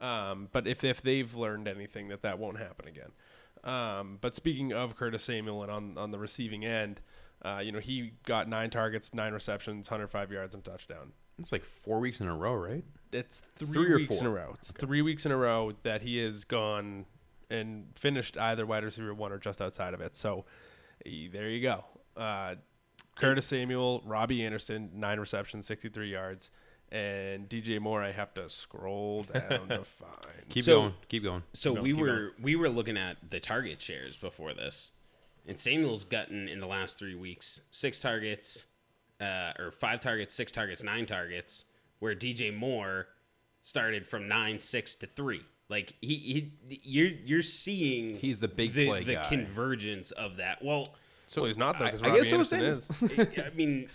Speaker 4: Um, but if if they've learned anything, that that won't happen again. Um, but speaking of Curtis Samuel and on on the receiving end, uh, you know he got nine targets, nine receptions, hundred five yards, and touchdown.
Speaker 2: It's like four weeks in a row, right?
Speaker 4: It's three,
Speaker 2: Three or
Speaker 4: weeks in a
Speaker 2: four?
Speaker 4: row. It's three weeks in a row that he has gone and finished either wide receiver one or just outside of it. So eh, there you go. Uh, Curtis Samuel, Robbie Anderson, nine receptions, 63 yards. And DJ Moore, I have to scroll down to find.
Speaker 2: Keep
Speaker 1: So-
Speaker 2: going. Keep going.
Speaker 1: So we were we were looking at the target shares before this, and Samuel's gotten in the last three weeks six targets, uh, or five targets, six targets, nine targets. Where DJ Moore started from nine six to three. Like he, he you're you're seeing
Speaker 2: He's the big
Speaker 1: the,
Speaker 2: play
Speaker 1: the
Speaker 2: guy.
Speaker 1: convergence of that. Well,
Speaker 4: So he's not, though, because
Speaker 2: I- I
Speaker 4: Robbie
Speaker 2: guess I was
Speaker 4: Anderson is.
Speaker 2: saying-
Speaker 1: I mean,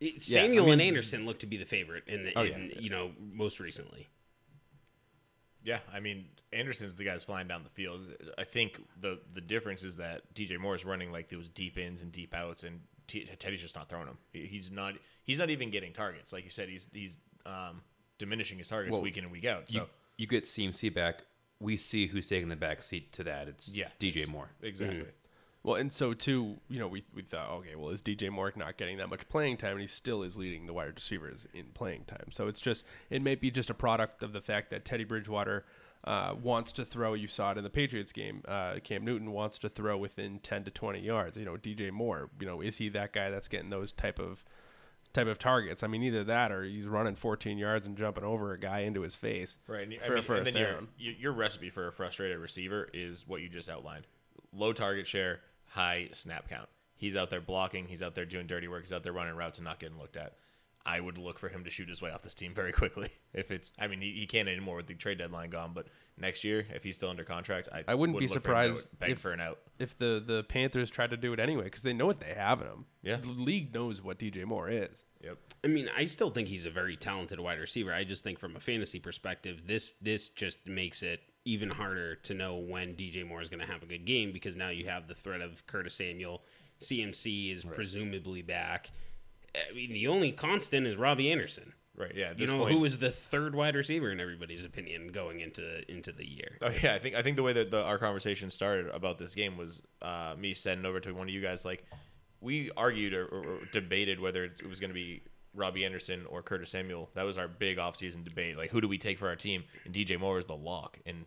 Speaker 1: it,
Speaker 2: I
Speaker 1: Samuel
Speaker 2: mean-
Speaker 1: and Anderson look to be the favorite in the
Speaker 2: Oh, yeah.
Speaker 1: in, you know most recently.
Speaker 3: Yeah, I mean Anderson's the guy's flying down the field. I think the the difference is that DJ Moore is running like those deep ins and deep outs, and T- Teddy's just not throwing him. He- He's not he's not even getting targets. Like you said, he's he's um, diminishing his targets
Speaker 2: Well,
Speaker 3: week in and week out. So
Speaker 2: You, you get CMC back. We see who's taking the back seat to that. It's
Speaker 3: yeah,
Speaker 2: DJ
Speaker 3: it's-
Speaker 2: Moore.
Speaker 3: exactly.
Speaker 4: Well, and so too, you know, we, we thought, okay, well, is DJ Moore not getting that much playing time? And he still is leading the wide receivers in playing time. So it's just, it may be just a product of the fact that Teddy Bridgewater uh, wants to throw. You saw it in the Patriots game. Uh, Cam Newton wants to throw within 10 to 20 yards. You know, DJ Moore, you know, is he that guy that's getting those type of type of targets? I mean, either that or he's running 14 yards and jumping over a guy into his face.
Speaker 3: Right. And, you-
Speaker 4: for
Speaker 3: I
Speaker 4: a
Speaker 3: mean, and
Speaker 4: first
Speaker 3: then your,
Speaker 4: down.
Speaker 3: your, your recipe for a frustrated receiver is what you just outlined low target share, high snap count. He's out there blocking, he's out there doing dirty work, he's out there running routes and not getting looked at. I would look for him to shoot his way off this team very quickly. If it's, I mean, he, he can't anymore with the trade deadline gone, but next year, if he's still under contract, I,
Speaker 4: I wouldn't
Speaker 3: would
Speaker 4: be
Speaker 3: look for him to
Speaker 4: surprised
Speaker 3: beg
Speaker 4: if-
Speaker 3: for an out.
Speaker 4: if the the Panthers tried to do it anyway because they know what they have in him.
Speaker 3: Yeah.
Speaker 4: the league knows what DJ Moore is.
Speaker 3: Yep.
Speaker 1: I mean, I still think he's a very talented wide receiver. I just think from a fantasy perspective, this this just makes it even harder to know when DJ Moore is going to have a good game because now you have the threat of Curtis Samuel, CMC is presumably back. I mean, the only constant is Robbie Anderson.
Speaker 3: Right. Yeah. At
Speaker 1: You
Speaker 3: this
Speaker 1: know
Speaker 3: point,
Speaker 1: who was the third wide receiver in everybody's opinion going into into the year.
Speaker 3: Oh yeah, I think I think the way that the, our conversation started about this game was uh, me sending over to one of you guys like we argued or, or, or debated whether it was going to be Robbie Anderson or Curtis Samuel. That was our big offseason debate. Like, who do we take for our team? And DJ Moore is the lock. And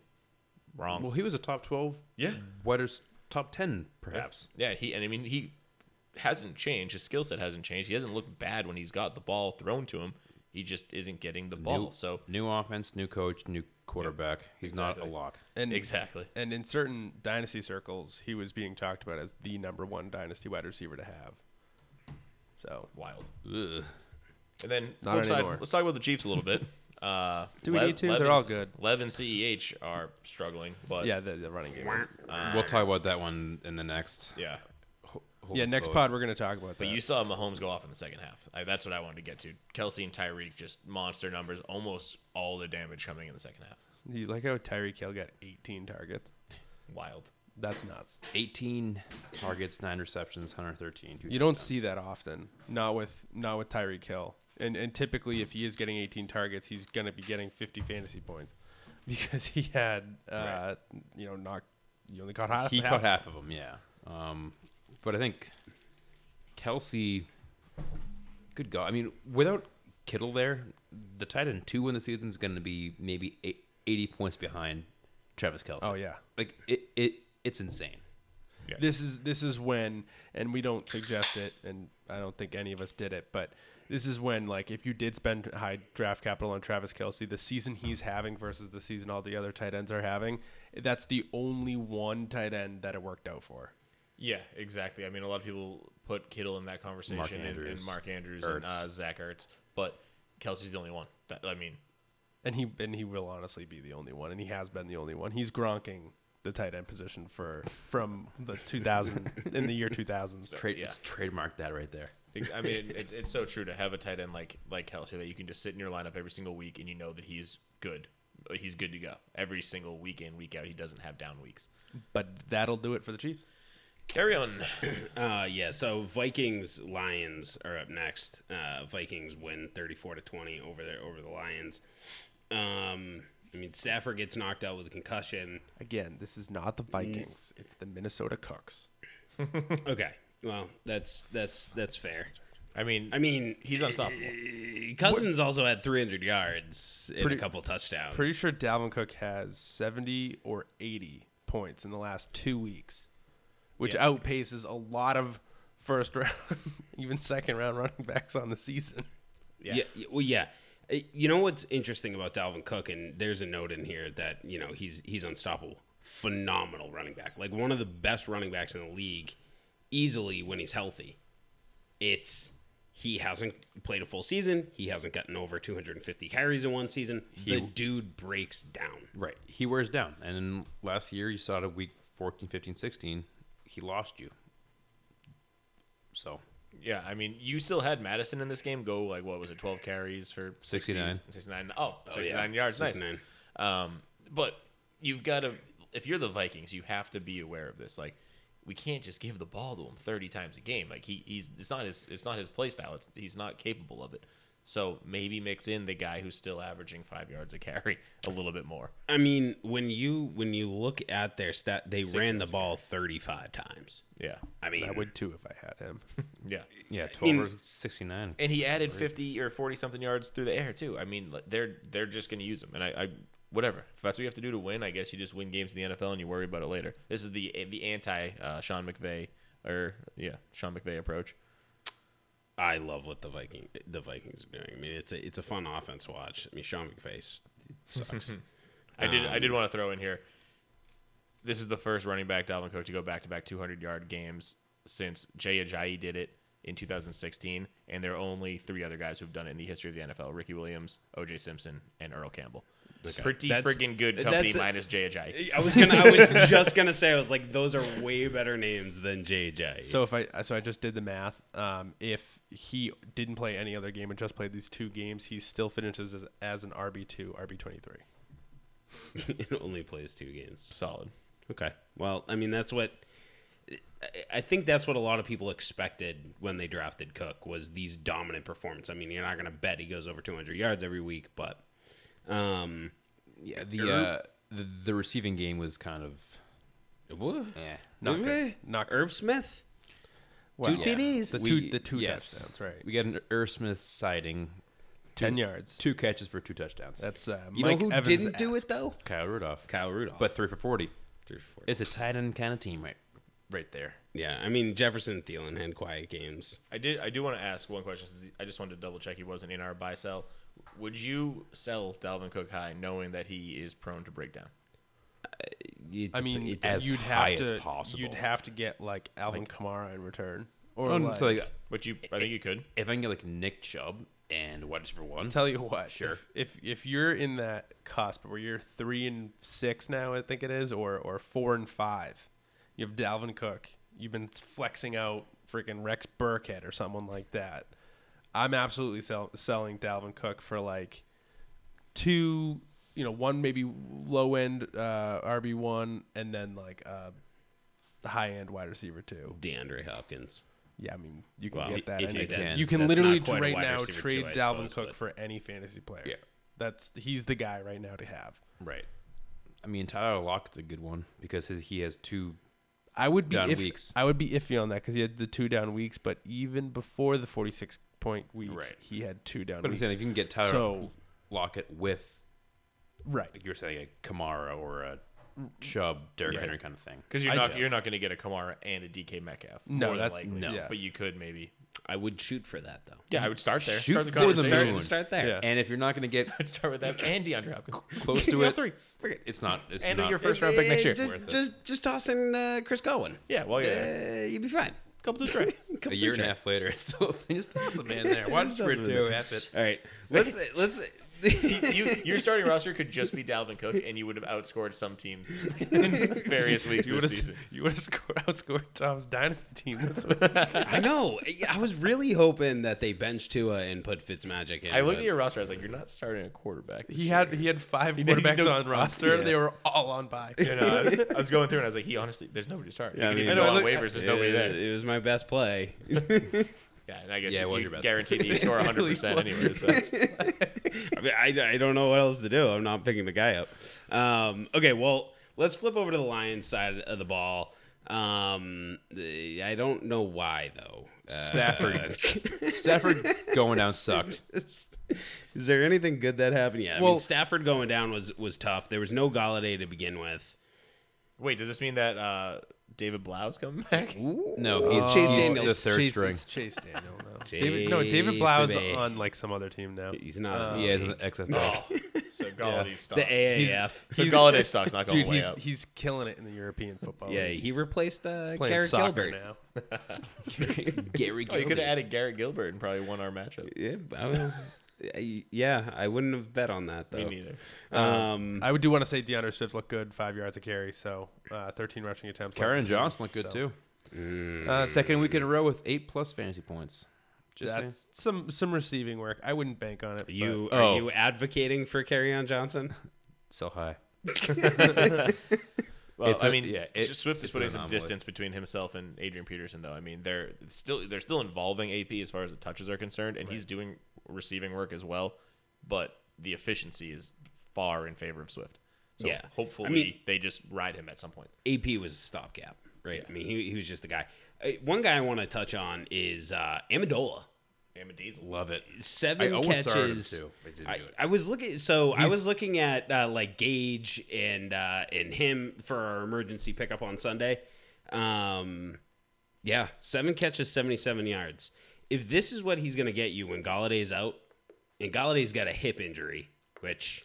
Speaker 3: wrong.
Speaker 2: Well, he was a top twelve.
Speaker 3: Yeah.
Speaker 2: What is top ten perhaps?
Speaker 3: Yeah, he and I mean he hasn't changed. His skill set hasn't changed. He hasn't looked bad when he's got the ball thrown to him. He just isn't getting the ball.
Speaker 2: New,
Speaker 3: So
Speaker 2: new offense, new coach, new quarterback. He's not a lock.
Speaker 4: And
Speaker 3: exactly.
Speaker 4: and in certain dynasty circles, he was being talked about as the number one dynasty wide receiver to have. So
Speaker 3: Wild.
Speaker 2: Ugh.
Speaker 3: And then
Speaker 4: Not
Speaker 3: flip side,
Speaker 4: anymore.
Speaker 3: let's talk about the Chiefs a little bit. Uh,
Speaker 4: Do we need to? They're all good.
Speaker 3: Lev and Ceh are struggling, but
Speaker 4: yeah, the, the running game. Is.
Speaker 2: we'll talk about that one in the next.
Speaker 3: yeah.
Speaker 2: Hold
Speaker 4: Yeah,
Speaker 2: the
Speaker 4: next
Speaker 2: vote.
Speaker 4: pod we're gonna talk about
Speaker 3: Oh, But
Speaker 4: that.
Speaker 3: you saw Mahomes go off in the second half. I, that's what I wanted to get to. Kelsey and Tyreek just monster numbers, almost all the damage coming in the second half.
Speaker 4: you like how Tyreek Hill got 18 targets?
Speaker 3: Wild.
Speaker 4: That's nuts.
Speaker 2: 18 targets, nine receptions, 113.
Speaker 4: You don't see that often. Not with not with Tyreek Hill. And and typically if he is getting 18 targets, he's going to be getting 50 fantasy points because he had uh you know knocked you only caught half
Speaker 2: He
Speaker 4: half.
Speaker 2: caught half of them, yeah. Um, but I think Kelsey. Good God! I mean, without Kittle there, the tight end two in the season is going to be maybe eight- 80 points behind Travis Kelsey.
Speaker 4: Oh yeah.
Speaker 2: Like it, it it's insane.
Speaker 4: This is this is when, and we don't suggest it, and I don't think any of us did it, but this is when, like, if you did spend high draft capital on Travis Kelsey, the season he's having versus the season all the other tight ends are having, that's the only one tight end that it worked out for.
Speaker 3: Yeah, exactly. I mean, a lot of people put Kittle in that conversation,
Speaker 2: Mark
Speaker 3: and- and,
Speaker 2: Andrews,
Speaker 3: Mark Andrews and
Speaker 2: Ertz.
Speaker 3: uh, Zach Ertz, but Kelsey's the only one. That, I mean,
Speaker 4: And he and he will honestly be the only one, and he has been the only one. He's gronking the tight end position for from the 2000 in the year 2000s.
Speaker 2: Trade,
Speaker 3: yeah.
Speaker 2: Just trademark that right there.
Speaker 3: I mean, it, it's so true to have a tight end like like Kelsey that you can just sit in your lineup every single week and you know that he's good. He's good to go every single week in, week out. He doesn't have down weeks.
Speaker 4: But that'll do it for the Chiefs.
Speaker 3: Carry on.
Speaker 1: Uh, yeah, so Vikings Lions are up next. Uh, Vikings win thirty four to twenty over there over the Lions. Um, I mean Stafford gets knocked out with a concussion.
Speaker 4: Again, this is not the Vikings; it's the Minnesota Cooks.
Speaker 1: Okay, well that's that's that's fair.
Speaker 3: I mean,
Speaker 1: I mean
Speaker 3: he's unstoppable.
Speaker 1: eh, Cousins also had three hundred yards and a couple touchdowns.
Speaker 4: Pretty sure Dalvin Cook has 70 or 80 points in the last two weeks, which outpaces a lot of first round, even second round running backs on the season.
Speaker 1: Yeah. y- Well, yeah. Uh, You know what's interesting about Dalvin Cook, and there's a note in here that you know he's he's unstoppable, phenomenal running back, like one of the best running backs in the league, easily when he's healthy. It's he hasn't played a full season. He hasn't gotten over 250 carries in one season. the dude breaks down.
Speaker 2: Right. He wears down. And then last year, you saw it at week 14, 15, 16. He lost you. So,
Speaker 3: Yeah, I mean, you still had Madison in this game go like what was it, twelve carries for
Speaker 2: 69.
Speaker 3: 69 oh,
Speaker 1: yeah.
Speaker 3: 69 yards,
Speaker 1: 69.
Speaker 3: nice. Um, but you've got to, if you're the Vikings, you have to be aware of this. Like, we can't just give the ball to him thirty times a game. Like he, he's it's not his it's not his play style. It's, he's not capable of it. So maybe mix in the guy who's still averaging five yards a carry a little bit more.
Speaker 1: I mean, when you when you look at their stat, they ran the
Speaker 3: yards.
Speaker 1: ball 35 times.
Speaker 3: Yeah,
Speaker 1: I mean,
Speaker 4: I would too if I had him.
Speaker 3: yeah.
Speaker 2: yeah, 12
Speaker 1: mean-
Speaker 2: or 69.
Speaker 3: and he added 50 or 40 something yards through the air too i mean like, they're they're just going to use him and I, I whatever if that's what you have to do to win i guess you just win games in the nfl and you worry about it later this is the the anti uh, sean mcvay or yeah sean mcvay approach
Speaker 1: I love what the Viking the Vikings are doing. I mean, it's a it's a fun offense to watch. I mean, Sean McVay s- sucks.
Speaker 3: i did i did
Speaker 1: Um,
Speaker 3: want to throw in here this is the first running back dalvin cook to go back to back 200 yard games since jay ajayi did it in 2016 and there are only three other guys who've done it in the history of the nfl ricky williams oj simpson and earl campbell pretty
Speaker 1: That's-
Speaker 3: friggin' good
Speaker 1: that's
Speaker 3: company
Speaker 1: a-
Speaker 3: minus jay ajayi
Speaker 1: I was gonna I was just gonna say I was like those are way better names than JJ.
Speaker 4: So if I so I just did the math. Um, if he didn't play any other game and just played these two games, he still finishes as, as an RB two, RB twenty three.
Speaker 1: it only plays two games.
Speaker 3: solid
Speaker 1: Okay. Well, I mean that's what I- I think that's what a lot of people expected when they drafted Cook was these dominant performance. I mean, you're not gonna bet he goes over 200 yards every week, but um,
Speaker 2: Yeah, the, uh, the the receiving game was kind of
Speaker 1: woo.
Speaker 2: yeah,
Speaker 4: Not
Speaker 1: Okay.
Speaker 4: good. Not good.
Speaker 1: Irv Smith.
Speaker 4: Wow.
Speaker 1: Two TDs.
Speaker 4: The two the two touchdowns, right?
Speaker 2: We got an Irv Smith sighting,
Speaker 4: Ten yards.
Speaker 2: two catches for two touchdowns.
Speaker 4: That's uh,
Speaker 1: You
Speaker 4: Mike
Speaker 1: know who
Speaker 4: Evans
Speaker 1: didn't do it though?
Speaker 2: Kyle Rudolph,
Speaker 1: Kyle Rudolph.
Speaker 2: but three for forty.
Speaker 1: Three for four.
Speaker 2: It's a tight end kind of team, right? Right there.
Speaker 1: Yeah, I mean Jefferson Thielen had quiet games.
Speaker 3: I did. I do want to ask one question. Since I just wanted to double check he wasn't in our buy sell. Would you sell Dalvin Cook high, knowing that he is prone to breakdown?
Speaker 1: It
Speaker 4: I mean,
Speaker 1: dep- it-
Speaker 2: as
Speaker 4: you'd
Speaker 2: high
Speaker 4: have
Speaker 2: as
Speaker 4: to,
Speaker 2: possible.
Speaker 4: You'd have to get like Alvin Kamara in return, or
Speaker 2: Um,
Speaker 4: like,
Speaker 2: so like,
Speaker 3: Which you, I think you could.
Speaker 2: if I can get like Nick Chubb and wide receiver one,
Speaker 4: tell you what,
Speaker 2: Sure.
Speaker 4: If, if if you're in that cusp where you're three and six now, I think it is, or or four and five, you have Dalvin Cook. You've been flexing out freaking Rex Burkhead or someone like that. I'm absolutely sell, selling Dalvin Cook for like two, you know, one maybe low end uh, RB one, and then like uh, the high end wide receiver two.
Speaker 1: DeAndre Hopkins.
Speaker 4: Yeah, I mean, you can
Speaker 1: Well,
Speaker 4: get that.
Speaker 2: if you
Speaker 4: any
Speaker 2: can.
Speaker 4: You can
Speaker 1: That's
Speaker 4: literally
Speaker 1: not quite a
Speaker 4: right
Speaker 1: wide
Speaker 4: now
Speaker 1: receiver
Speaker 4: trade
Speaker 1: too, I
Speaker 4: Dalvin
Speaker 1: suppose,
Speaker 4: Cook
Speaker 1: but-
Speaker 4: for any fantasy player.
Speaker 2: Yeah.
Speaker 4: that's he's the guy right now to have.
Speaker 2: right? I mean, Tyler Lockett's a good one because his, he has two.
Speaker 4: I would be
Speaker 2: Down
Speaker 4: if,
Speaker 2: weeks.
Speaker 4: I would be iffy on that because he had the two down weeks, but even before the 46 point week.
Speaker 2: Right.
Speaker 4: He had two down
Speaker 2: But I'm
Speaker 4: weeks.
Speaker 2: saying if you can get Tyler
Speaker 4: So-
Speaker 2: Lockett with,
Speaker 4: right.
Speaker 2: like you were saying, a Kamara or a
Speaker 4: Mm,
Speaker 2: Chubb, Derrick
Speaker 3: Yeah.
Speaker 2: Henry kind of thing.
Speaker 3: Because you're
Speaker 2: I-
Speaker 3: not you're not going to get a Kamara and a DK Metcalf.
Speaker 4: No,
Speaker 3: more than
Speaker 4: that's-
Speaker 3: likely.
Speaker 4: no. yeah.
Speaker 3: But you could maybe.
Speaker 1: I would shoot for that though.
Speaker 3: Yeah, I would start there.
Speaker 2: Shoot
Speaker 3: start the
Speaker 2: for the
Speaker 3: conversation.
Speaker 2: moon.
Speaker 3: Start, start,
Speaker 1: Start there.
Speaker 4: Yeah.
Speaker 2: And if you're not going to get
Speaker 3: start with that and DeAndre Hopkins.
Speaker 2: close
Speaker 3: Give
Speaker 2: to
Speaker 3: me all
Speaker 2: it,
Speaker 3: three.
Speaker 2: forget- it's not. It's
Speaker 3: And
Speaker 2: not
Speaker 3: your first round pick next year.
Speaker 1: Just,
Speaker 2: Worth it.
Speaker 1: just, just toss in uh, Chris Godwin.
Speaker 3: Yeah, well,
Speaker 1: Uh,
Speaker 3: yeah.
Speaker 1: you'd be fine.
Speaker 3: Couple to try.
Speaker 2: a year and a half later, it's still just toss him in there. Why does
Speaker 1: Toss
Speaker 2: Spirit
Speaker 1: him
Speaker 2: do
Speaker 1: in
Speaker 2: F it?
Speaker 1: All right, let's let's.
Speaker 3: you, your starting roster could just be Dalvin Cook, and you would have outscored some teams in various weeks
Speaker 4: You would
Speaker 3: this
Speaker 4: have
Speaker 3: season.
Speaker 4: you would have scored outscored Tom's dynasty team this week.
Speaker 1: I know. I was really hoping that they bench Tua and put Fitzmagic in.
Speaker 3: I looked
Speaker 1: but-
Speaker 3: at your roster. I was like, "You're not starting a quarterback." this
Speaker 4: he
Speaker 3: year.
Speaker 4: had he had five
Speaker 3: did- he
Speaker 4: quarterbacks
Speaker 3: did-
Speaker 4: on roster. They were all on bye.
Speaker 3: You know, I was- uh, I was going through, and I was like, "He honestly, there's nobody to start.
Speaker 1: I
Speaker 3: you can
Speaker 1: mean,
Speaker 3: even
Speaker 1: I
Speaker 3: go
Speaker 1: know,
Speaker 3: on
Speaker 1: I
Speaker 3: waivers. There's nobody
Speaker 1: it,
Speaker 3: there."
Speaker 1: It was my best play.
Speaker 3: Yeah, and I guess
Speaker 2: Yeah, it
Speaker 3: you,
Speaker 2: was
Speaker 3: you
Speaker 2: your best.
Speaker 3: guarantee that you score 100 percent anyway. So that's-
Speaker 1: I, mean, I, I don't know what else to do. I'm not picking the guy up. Um, okay, well, let's flip over to the Lions side of the ball. Um, the- I don't know why though. Uh,
Speaker 2: Stafford. Stafford going down sucked.
Speaker 1: Uh, is there anything good that happened? Yeah, I mean,
Speaker 4: Well-
Speaker 1: Stafford going down was was tough. There was no Galladay to begin with.
Speaker 3: Wait, does this mean that uh, David Blau's coming back?
Speaker 2: No, he's,
Speaker 1: Chase
Speaker 2: he's the
Speaker 1: Daniels.
Speaker 2: third
Speaker 4: Chase,
Speaker 2: string.
Speaker 4: it's Chase Daniel. No. David, no, David
Speaker 1: Chase,
Speaker 4: Blau's
Speaker 1: baby.
Speaker 4: on like some other team now.
Speaker 1: He's not.
Speaker 2: Oh, Yeah, he's an XFL.
Speaker 3: So Galladay stock.
Speaker 1: the AAF.
Speaker 3: so Galladay stock's not going
Speaker 4: Dude,
Speaker 3: way
Speaker 4: he's
Speaker 3: up.
Speaker 4: he's killing it in the European football.
Speaker 1: yeah,
Speaker 4: league.
Speaker 1: he replaced uh,
Speaker 4: playing
Speaker 1: Garrett
Speaker 4: soccer
Speaker 1: Gilbert.
Speaker 4: now.
Speaker 2: Gary
Speaker 3: Oh, you could
Speaker 2: Gilbert.
Speaker 3: have added Garrett Gilbert and probably won our matchup.
Speaker 1: Yeah, I don't- I- yeah, I wouldn't have bet on that though.
Speaker 3: Me neither.
Speaker 1: Um,
Speaker 4: I would do want to say DeAndre Swift looked good, five yards a carry, so uh, 13 rushing attempts.
Speaker 2: Karen
Speaker 4: left.
Speaker 2: Johnson looked good
Speaker 4: So-
Speaker 2: too. Uh, Second week in a row with eight plus fantasy points. Just saying.
Speaker 4: That's some some receiving work. I wouldn't bank on it.
Speaker 1: You
Speaker 2: But-
Speaker 1: are
Speaker 2: Oh.
Speaker 1: you advocating for on Johnson?
Speaker 2: sell high.
Speaker 3: Well,
Speaker 2: It's
Speaker 3: I
Speaker 2: a-
Speaker 3: mean,
Speaker 2: yeah,
Speaker 3: S-
Speaker 2: it-
Speaker 3: Swift is
Speaker 2: it's
Speaker 3: putting
Speaker 2: an
Speaker 3: some
Speaker 2: anomaly.
Speaker 3: distance between himself and Adrian Peterson, though. I mean, they're still they're still involving AP as far as the touches are concerned, and he's doing receiving work as well, but the efficiency is far in favor of Swift. So
Speaker 1: Yeah. I
Speaker 3: hopefully
Speaker 1: mean-
Speaker 3: they just ride him at some point.
Speaker 1: AP was a stopgap, right? I mean, he, he was just the guy. Uh, One guy I want to touch on is uh, Amendola.
Speaker 3: Damn it, Diesel.
Speaker 2: Love it.
Speaker 1: Seven
Speaker 2: I almost started him,
Speaker 1: catches.
Speaker 2: too, but he didn't
Speaker 1: I,
Speaker 2: do it.
Speaker 1: I was looking, so I was looking at uh, like Gage and uh, and him for our emergency pickup on Sunday. Um, yeah, seven catches, seventy-seven yards. If this is what he's going to get you when Galladay's out, and Galladay's got a hip injury, which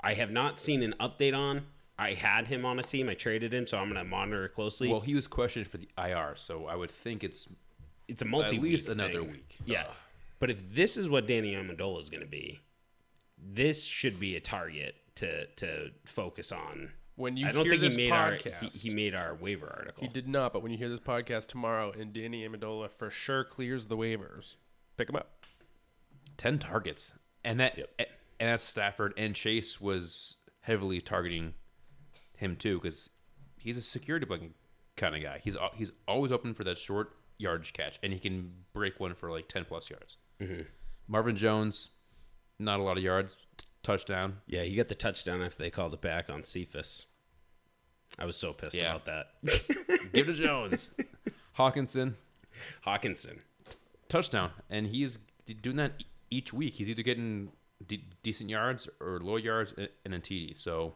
Speaker 1: I have not seen an update on. I had him on a team. I traded him, so I'm going to monitor it closely.
Speaker 2: Well, he was questioned for the IR, so I would think it's
Speaker 1: it's a multi
Speaker 2: at least another week.
Speaker 1: Yeah. But if this is what Danny Amendola is going to be, this should be a target to to focus on.
Speaker 4: When you
Speaker 1: I don't
Speaker 4: hear
Speaker 1: think
Speaker 4: this
Speaker 1: he made our
Speaker 4: podcast-
Speaker 1: he, he made our waiver article.
Speaker 4: He did not, but when you hear this podcast tomorrow and Danny Amendola for sure clears the waivers, pick him up.
Speaker 2: ten targets, and that and that's Stafford and Chase was heavily targeting him too because he's a security blanket kind of guy. He's al- he's always open for that short yardage catch, and he can break one for like ten plus yards. Marvin Jones, not a lot of yards, t- touchdown.
Speaker 1: Yeah, he got the touchdown after they called it back on Cephas. I was so pissed
Speaker 2: Yeah.
Speaker 1: about that.
Speaker 2: Give to Jones, Hawkinson,
Speaker 1: Hawkinson.
Speaker 2: touchdown, and he's d- doing that e- each week. He's either getting de- decent yards or low yards a- and a TD. So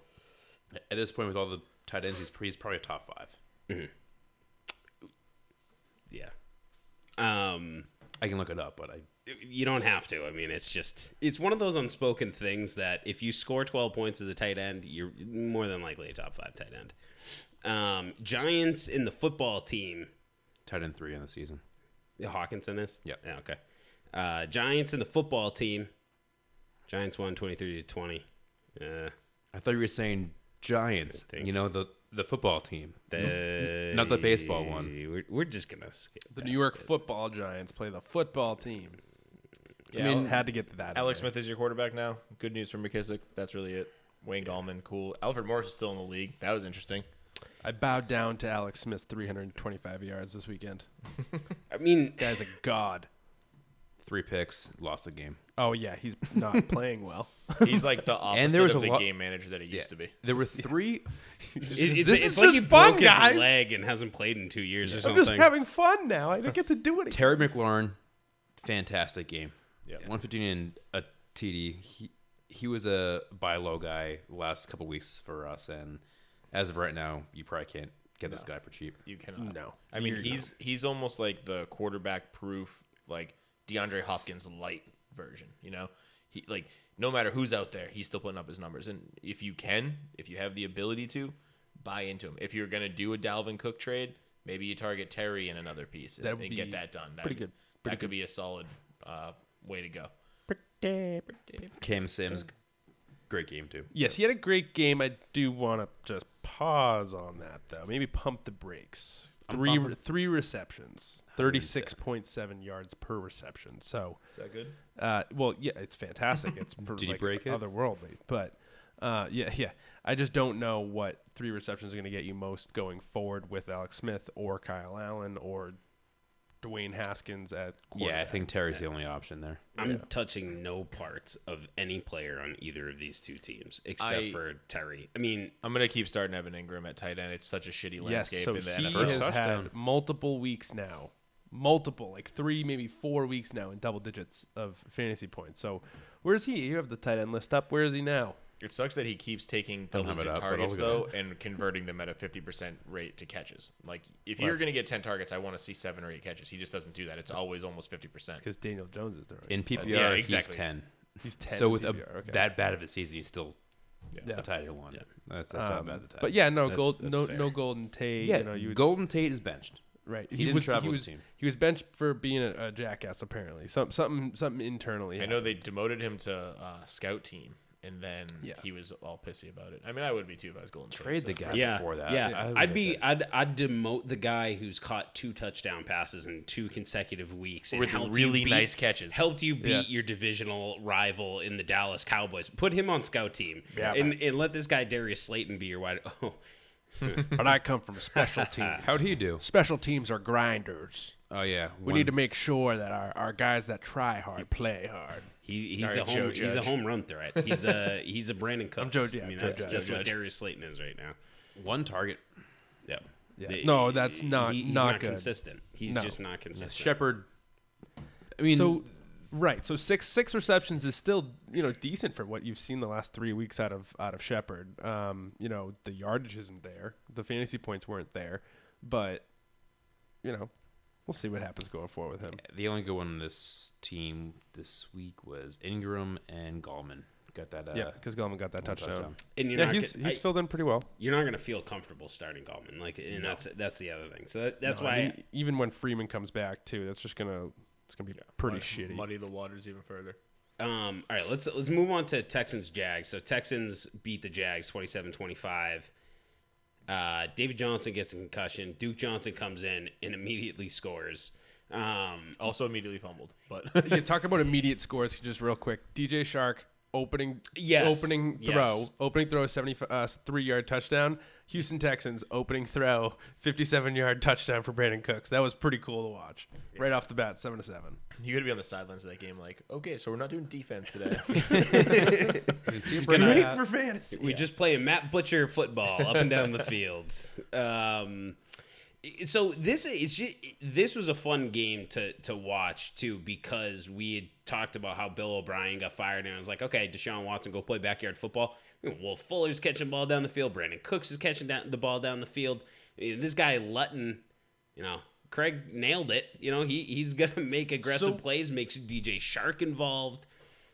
Speaker 2: at this point, with all the tight ends, he's, pre- he's probably a top five.
Speaker 1: Yeah. Um
Speaker 2: I can look it up, but I
Speaker 1: you don't have to. I mean, it's just it's one of those unspoken things that if you score 12 points as a tight end, you're more than likely a top 5 tight end. Um, Giants in the football team,
Speaker 2: tight end three in the season.
Speaker 1: Hawkinson is.
Speaker 2: Yep.
Speaker 1: Yeah, okay. Uh, Giants in the football team. Giants won 23 to 20. Uh,
Speaker 2: I thought you were saying Giants.
Speaker 1: think.
Speaker 2: You know the the football team.
Speaker 1: they,
Speaker 2: Not the baseball one.
Speaker 1: We're, we're just going to skip.
Speaker 4: The
Speaker 1: past
Speaker 4: New York
Speaker 1: it.
Speaker 4: Football Giants play the football team.
Speaker 3: Yeah,
Speaker 4: I mean, had to get that.
Speaker 3: Alex Smith is your quarterback now. Good news for McKissick. That's really it. Wayne Gallman, cool. Alfred Morris is still in the league. That was interesting.
Speaker 4: I bowed down to Alex Smith, 325 yards this weekend.
Speaker 1: I mean,
Speaker 4: Guy's a god.
Speaker 2: Three picks, lost the game.
Speaker 4: Oh yeah, he's not playing well.
Speaker 3: He's like the opposite
Speaker 2: there was
Speaker 3: of
Speaker 2: a
Speaker 3: the
Speaker 2: lot-
Speaker 3: game manager that he used to be.
Speaker 2: There were three.
Speaker 1: it- it's,
Speaker 4: This
Speaker 1: it's
Speaker 4: is
Speaker 1: like he
Speaker 4: just fun,
Speaker 1: broke
Speaker 4: guys.
Speaker 1: his leg and hasn't played in two years or
Speaker 4: I'm
Speaker 1: something.
Speaker 4: just having fun now. I don't get to do it.
Speaker 2: Terry McLaurin, fantastic game.
Speaker 3: Yeah.
Speaker 2: 115 and a TD. He he was a buy low guy the last couple weeks for us, and as of right now, you probably can't get this guy for cheap.
Speaker 3: You cannot.
Speaker 4: No.
Speaker 3: I mean, he's he's almost like the quarterback proof, like DeAndre Hopkins light version. You know, he like no matter who's out there, he's still putting up his numbers. And if you can, if you have the ability to, buy into him. If you're gonna do a Dalvin Cook trade, maybe you target Terry in another piece and,
Speaker 4: That would
Speaker 3: and get
Speaker 4: be
Speaker 3: that done. That,
Speaker 4: pretty good- pretty
Speaker 3: that could be a solid uh, way to go.
Speaker 2: Cam Sims, great game too.
Speaker 4: Yes, he had a great game. I do want to just pause on that though. Maybe pump the brakes. Three
Speaker 2: pumping.
Speaker 4: three receptions, thirty six point seven yards per reception. So
Speaker 3: Is that good?
Speaker 4: Uh, well, yeah, it's fantastic. It's per,
Speaker 2: Did he
Speaker 4: like,
Speaker 2: break it?
Speaker 4: otherworldly, but uh, yeah, yeah. I just don't know what three receptions are going to get you most going forward with Alex Smith or Kyle Allen or Dwayne Haskins at
Speaker 2: Yeah, I
Speaker 4: quarterback.
Speaker 2: think Terry's the only option there.
Speaker 1: I'm touching no parts of any player on either of these two teams except
Speaker 3: I-
Speaker 1: for Terry. I mean,
Speaker 3: I'm gonna keep starting Evan Ingram at tight end. It's such a shitty
Speaker 4: yes.
Speaker 3: landscape
Speaker 4: So
Speaker 3: in the
Speaker 4: he
Speaker 3: NFL.
Speaker 4: has
Speaker 2: touchdown.
Speaker 4: had multiple weeks now, multiple like three, maybe four weeks now in double digits of fantasy points. So where is he? You have the tight end list up. Where is he now?
Speaker 3: It sucks that he keeps taking
Speaker 2: Don't have
Speaker 3: double-digit
Speaker 2: it up, but
Speaker 3: targets
Speaker 2: I'll go.
Speaker 3: though and converting them at a fifty percent rate to catches. Like if you're going to get ten targets, I want to see seven or eight catches. He just doesn't do that. It's always almost fifty percent.
Speaker 4: Because Daniel Jones is throwing.
Speaker 2: In PPR,
Speaker 3: yeah,
Speaker 2: he's
Speaker 3: exactly.
Speaker 2: ten.
Speaker 4: He's ten.
Speaker 2: so
Speaker 4: in
Speaker 2: with a,
Speaker 4: PPR, okay.
Speaker 2: that bad of a season, he's still
Speaker 4: Yeah.
Speaker 2: a tight end one. That's, that's how
Speaker 4: Um,
Speaker 2: bad the tight.
Speaker 4: But yeah, no
Speaker 2: that's-
Speaker 4: gold,
Speaker 2: that's
Speaker 4: no
Speaker 2: fair.
Speaker 4: no golden Tate.
Speaker 2: yeah.
Speaker 4: you know, you would,
Speaker 2: Golden Tate is benched.
Speaker 4: right.
Speaker 2: he didn't travel
Speaker 4: he
Speaker 2: with
Speaker 4: was,
Speaker 2: the team.
Speaker 4: He was benched for being a, a jackass. Apparently, some something something internally.
Speaker 3: I know they demoted him to uh, scout team, and then
Speaker 4: Yeah.
Speaker 3: he was all pissy about it. I mean, I would be too if I was Golden State.
Speaker 2: Trade
Speaker 3: so
Speaker 2: the
Speaker 3: it's
Speaker 2: guy
Speaker 3: fine.
Speaker 1: yeah,
Speaker 2: before that.
Speaker 1: yeah,
Speaker 2: I would
Speaker 1: I'd
Speaker 2: get
Speaker 1: be,
Speaker 2: that.
Speaker 1: I'd, I'd demote the guy who's caught two touchdown passes in two consecutive weeks and
Speaker 3: With
Speaker 1: helped you
Speaker 3: really
Speaker 1: beat-
Speaker 3: nice catches.
Speaker 1: helped you beat
Speaker 4: Yeah.
Speaker 1: your divisional rival in the Dallas Cowboys. Put him on scout team,
Speaker 4: Yeah,
Speaker 1: and, and let this guy Darius Slayton be your wide. Oh,
Speaker 4: but I come from special teams.
Speaker 2: How'd he do?
Speaker 4: special teams are grinders.
Speaker 2: Oh yeah,
Speaker 4: We need to make sure that our, our guys that try hard play hard.
Speaker 1: he, he's
Speaker 3: All right,
Speaker 1: a home,
Speaker 3: Joe
Speaker 1: he's a
Speaker 3: Judge.
Speaker 1: home run threat. He's a he's a Brandon Cooks.
Speaker 4: Joe- yeah,
Speaker 1: I mean,
Speaker 4: Joe
Speaker 1: that's,
Speaker 4: Judge.
Speaker 1: that's
Speaker 4: Joe
Speaker 1: what
Speaker 4: Judge.
Speaker 1: Darius Slayton is right now.
Speaker 2: one target.
Speaker 1: Yeah. The-
Speaker 4: No, that's not-
Speaker 1: he's
Speaker 4: not
Speaker 1: not
Speaker 4: good.
Speaker 1: consistent. He's
Speaker 4: No.
Speaker 1: just not consistent.
Speaker 2: Shepard. I mean,
Speaker 4: so right, so six six receptions is still you know decent for what you've seen the last three weeks out of out of Shepard. Um, you know the yardage isn't there, the fantasy points weren't there, but you know we'll see what happens going forward with him.
Speaker 2: the only good one on this team this week was Ingram and Gallman. Got that? Uh,
Speaker 4: yeah, because Gallman got that touchdown.
Speaker 2: touchdown.
Speaker 1: And you're
Speaker 4: Yeah,
Speaker 1: not
Speaker 4: he's
Speaker 1: gonna-
Speaker 4: he's
Speaker 1: I-
Speaker 4: filled in pretty well.
Speaker 1: you're not going to feel comfortable starting Gallman. Like, and that's that's the other thing. So that, that's
Speaker 4: No,
Speaker 1: why
Speaker 4: I mean, even when Freeman comes back too, that's just gonna it's gonna be pretty shitty.
Speaker 3: Muddy the waters even further.
Speaker 1: Um, all right, let's let's move on to Texans Jags. So Texans beat the Jags 27-25. Uh, David Johnson gets a concussion. Duke Johnson comes in and immediately scores. Um,
Speaker 3: Also immediately fumbled, but
Speaker 4: you talk about immediate scores just real quick. DJ Shark opening
Speaker 1: Yes,
Speaker 4: opening
Speaker 1: yes.
Speaker 4: throw opening throw 70 uh, 3 yard touchdown. Houston Texans opening throw 57 yard touchdown for Brandon Cooks. That was pretty cool to watch. Right off the bat 7 to 7.
Speaker 3: you gotta be on the sidelines of that game. Like, okay, so we're not doing defense today.
Speaker 2: Team
Speaker 1: gonna-
Speaker 2: Brady-
Speaker 4: for fantasy.
Speaker 1: we just play Matt Butcher football up and down the field. Um, so this is ju- this was a fun game to to watch too because we had talked about how Bill O'Brien got fired and I was like, okay, Deshaun Watson go play backyard football. Well, Fuller's catching the ball down the field. Brandon Cooks is catching down the ball down the field. Eh, This guy Lutton, you know, Craig nailed it. You know, he he's gonna make aggressive
Speaker 4: So-
Speaker 1: plays, makes DJ Shark involved.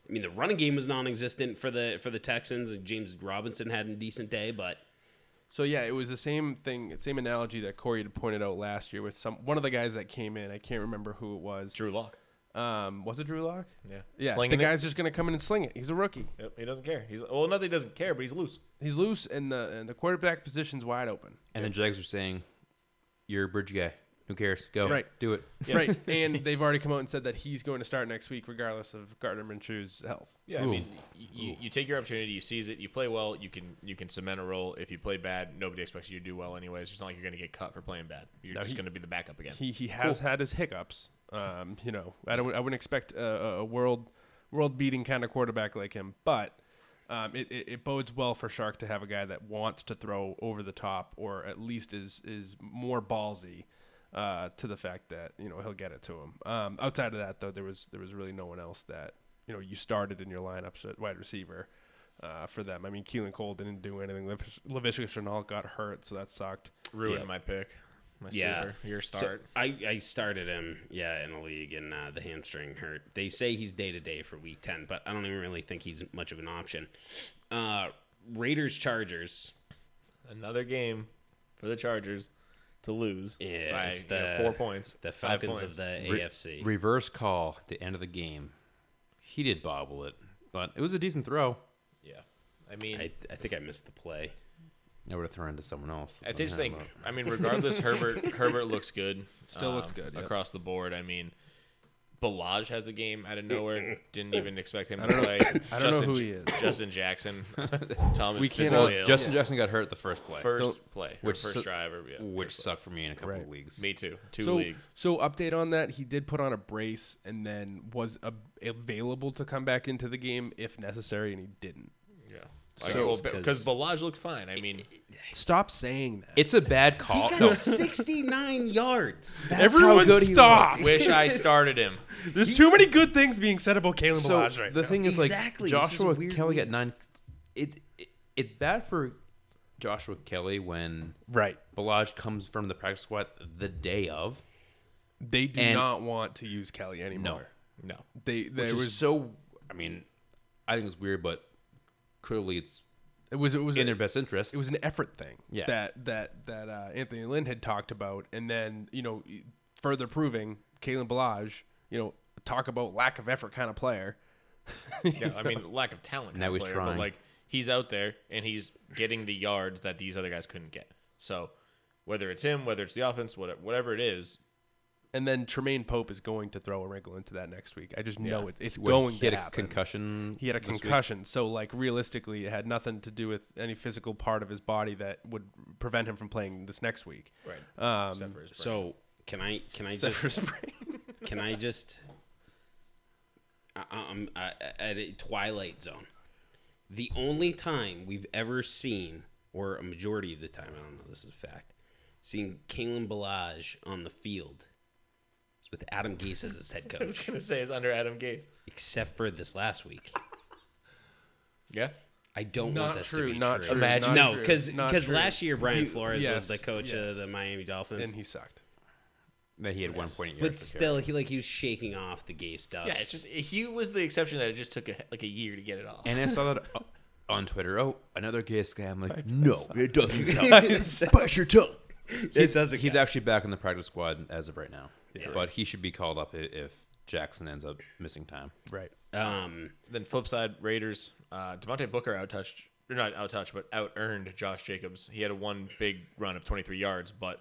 Speaker 1: I mean, the running game was non-existent for the for the Texans, and James Robinson had a decent day, but
Speaker 4: So yeah, it was the same thing, same analogy that Corey had pointed out last year with some one of the guys that came in. I can't remember who it was.
Speaker 3: Drew Lock.
Speaker 4: Um, was it Drew Lock?
Speaker 3: Yeah.
Speaker 4: Yeah,
Speaker 3: Slinging
Speaker 4: the
Speaker 3: it.
Speaker 4: guy's just gonna come in and sling it. He's a rookie.
Speaker 3: Yep, he doesn't care. He's well, not that he doesn't care, but he's loose.
Speaker 4: He's loose, and the and the quarterback position's wide open.
Speaker 2: and the Jags are saying, "You're a bridge guy. Who cares? Go
Speaker 4: Right.
Speaker 2: do it."
Speaker 4: Right, and they've already come out and said that he's going to start next week, regardless of Gardner Minshew's health.
Speaker 3: Yeah, I
Speaker 2: Ooh.
Speaker 3: mean, y- you, you take your opportunity, you seize it, you play well, you can you can cement a role. If you play bad, nobody expects you to do well anyways. It's not like you're going to get cut for playing bad. You're just
Speaker 4: he-
Speaker 3: going to be the backup again.
Speaker 4: He he has had his hiccups. Um, you know, I don't I wouldn't expect a, a a world world beating kind of quarterback like him, but um, it, it, it bodes well for Shark to have a guy that wants to throw over the top or at least is is more ballsy. uh, to the fact that you know he'll get it to him. Um, outside of that, though, there was there was really no one else that you know you started in your lineups at wide receiver uh, for them. I mean, Keelan Cole didn't do anything. Lavish- Laviska Chenault got hurt, so that sucked.
Speaker 3: Ruined
Speaker 2: Yeah.
Speaker 3: my pick. My
Speaker 1: Yeah.
Speaker 3: sleeper. Your
Speaker 1: So,
Speaker 3: start.
Speaker 1: I, I started him, yeah, in a league, and uh, the hamstring hurt. They say he's day to day for week 10, but I don't even really think he's much of an option. Uh, Raiders Chargers.
Speaker 3: Another game for the Chargers to lose
Speaker 1: Yeah,
Speaker 3: by
Speaker 1: eh, it's
Speaker 3: you know,
Speaker 1: the-
Speaker 3: four points.
Speaker 1: The
Speaker 3: five
Speaker 1: Falcons of
Speaker 3: points.
Speaker 1: the
Speaker 2: Re-
Speaker 1: AFC.
Speaker 2: reverse call at the end of the game. He did bobble it, but it was a decent throw.
Speaker 3: Yeah. I mean,
Speaker 1: I, I think I missed the play.
Speaker 2: I would have thrown it to someone else.
Speaker 3: I
Speaker 2: Doesn't
Speaker 3: just
Speaker 2: have
Speaker 3: think.
Speaker 2: him up.
Speaker 3: I mean, regardless, Herbert Herbert looks good. um,
Speaker 4: Still looks good, yep.
Speaker 3: across the board. I mean, Balaj has a game out of nowhere. Didn't even expect him to
Speaker 4: don't know-
Speaker 3: play.
Speaker 4: I don't know who he is.
Speaker 3: Justin Jackson. Tom is
Speaker 4: We can't-
Speaker 3: physically
Speaker 2: Well,
Speaker 3: ill.
Speaker 2: Justin Jackson got hurt the first play,
Speaker 3: first
Speaker 4: Don't-
Speaker 3: play,
Speaker 2: which
Speaker 3: which first
Speaker 2: su-
Speaker 3: drive, or, yeah,
Speaker 2: which
Speaker 3: first
Speaker 2: sucked for me in a couple
Speaker 4: Right.
Speaker 2: of leagues.
Speaker 3: play. me too. Two
Speaker 4: so,
Speaker 3: leagues.
Speaker 4: So update on that, he did put on a brace and then was a- available to come back into the game if necessary, and he didn't.
Speaker 3: Yeah.
Speaker 1: So-
Speaker 3: because Balaj looked fine. I mean,
Speaker 4: Stop saying that.
Speaker 2: It's a bad call.
Speaker 1: He got
Speaker 2: No,
Speaker 1: 69 yards.
Speaker 4: Everyone stop.
Speaker 3: wish I started him.
Speaker 4: There's too many good things being said about Kalen
Speaker 2: so
Speaker 4: Balazs right
Speaker 2: the
Speaker 4: now.
Speaker 2: thing is
Speaker 1: Exactly,
Speaker 2: like
Speaker 1: this is a
Speaker 2: Joshua
Speaker 1: weird
Speaker 2: Kelly got
Speaker 1: week.
Speaker 2: nine. It, it it's bad for Joshua Kelly when
Speaker 4: right.
Speaker 2: Balaj comes from the practice squad the day of.
Speaker 4: They do
Speaker 2: And-
Speaker 4: not want to use Kelly anymore.
Speaker 3: No.
Speaker 4: They
Speaker 2: It
Speaker 4: there
Speaker 2: was
Speaker 4: was
Speaker 2: so. I mean, I think it's weird, but clearly it's
Speaker 4: it was it was
Speaker 2: in
Speaker 4: a-
Speaker 2: their best interest.
Speaker 4: it was an effort thing
Speaker 2: Yeah.
Speaker 4: that that that uh, Anthony Lynn had talked about, and then you know further proving Kalen Balaj, you know, talk about lack of effort kind of player.
Speaker 3: Yeah, I mean, lack of talent.
Speaker 2: Now
Speaker 3: kind of
Speaker 2: he's
Speaker 3: player,
Speaker 2: trying.
Speaker 3: But like, he's out there and he's getting the yards that these other guys couldn't get. So, whether it's him, whether it's the offense, what- whatever it is,
Speaker 4: And then Tremaine Pope is going to throw a wrinkle into that next week. I just know it, it's
Speaker 2: when
Speaker 4: going
Speaker 2: he had
Speaker 4: to
Speaker 2: a
Speaker 4: happen.
Speaker 2: concussion.
Speaker 4: he had a
Speaker 2: this week.
Speaker 4: concussion, so like realistically, it had nothing to do with any physical part of his body that would prevent him from playing this next week.
Speaker 3: right?
Speaker 4: Um,
Speaker 3: Except for his brain.
Speaker 1: So can I can I just can I just I, I'm I, at a twilight zone. The only time we've ever seen, or a majority of the time, I don't know, this is a fact, seen Kalen Balaj on the field is with Adam Gase as his head
Speaker 3: I was
Speaker 1: coach,
Speaker 3: gonna say is under Adam Gates.
Speaker 1: except for this last week.
Speaker 3: Yeah.
Speaker 1: I don't want
Speaker 4: Not
Speaker 1: this
Speaker 4: true,
Speaker 1: to be
Speaker 4: not
Speaker 1: true.
Speaker 4: true. not
Speaker 3: Imagine-
Speaker 1: No,
Speaker 4: true,
Speaker 1: because
Speaker 4: not true.
Speaker 1: last year Brian Flores was
Speaker 4: yes,
Speaker 1: the coach
Speaker 4: yes.
Speaker 1: of the Miami Dolphins,
Speaker 4: and he sucked.
Speaker 2: That he had one point. in
Speaker 1: but
Speaker 2: yards per carry.
Speaker 1: still, he like he was shaking off the gay stuff.
Speaker 3: Yeah, it's just he was the exception that it just took a, like a year to get it off.
Speaker 2: And I saw that uh, on Twitter. Oh, another gay scam. I'm like, no, it doesn't count. Bite your tongue. He's,
Speaker 1: doesn't
Speaker 2: he's
Speaker 1: count.
Speaker 2: actually back in the practice squad as of right now. But he should be called up i- if Jackson ends up missing time.
Speaker 4: Right.
Speaker 1: um,
Speaker 3: then flip side Raiders, uh, Devontae Booker outtouched or not outtouched, but out earned Josh Jacobs. He had a one big run of 23 yards, but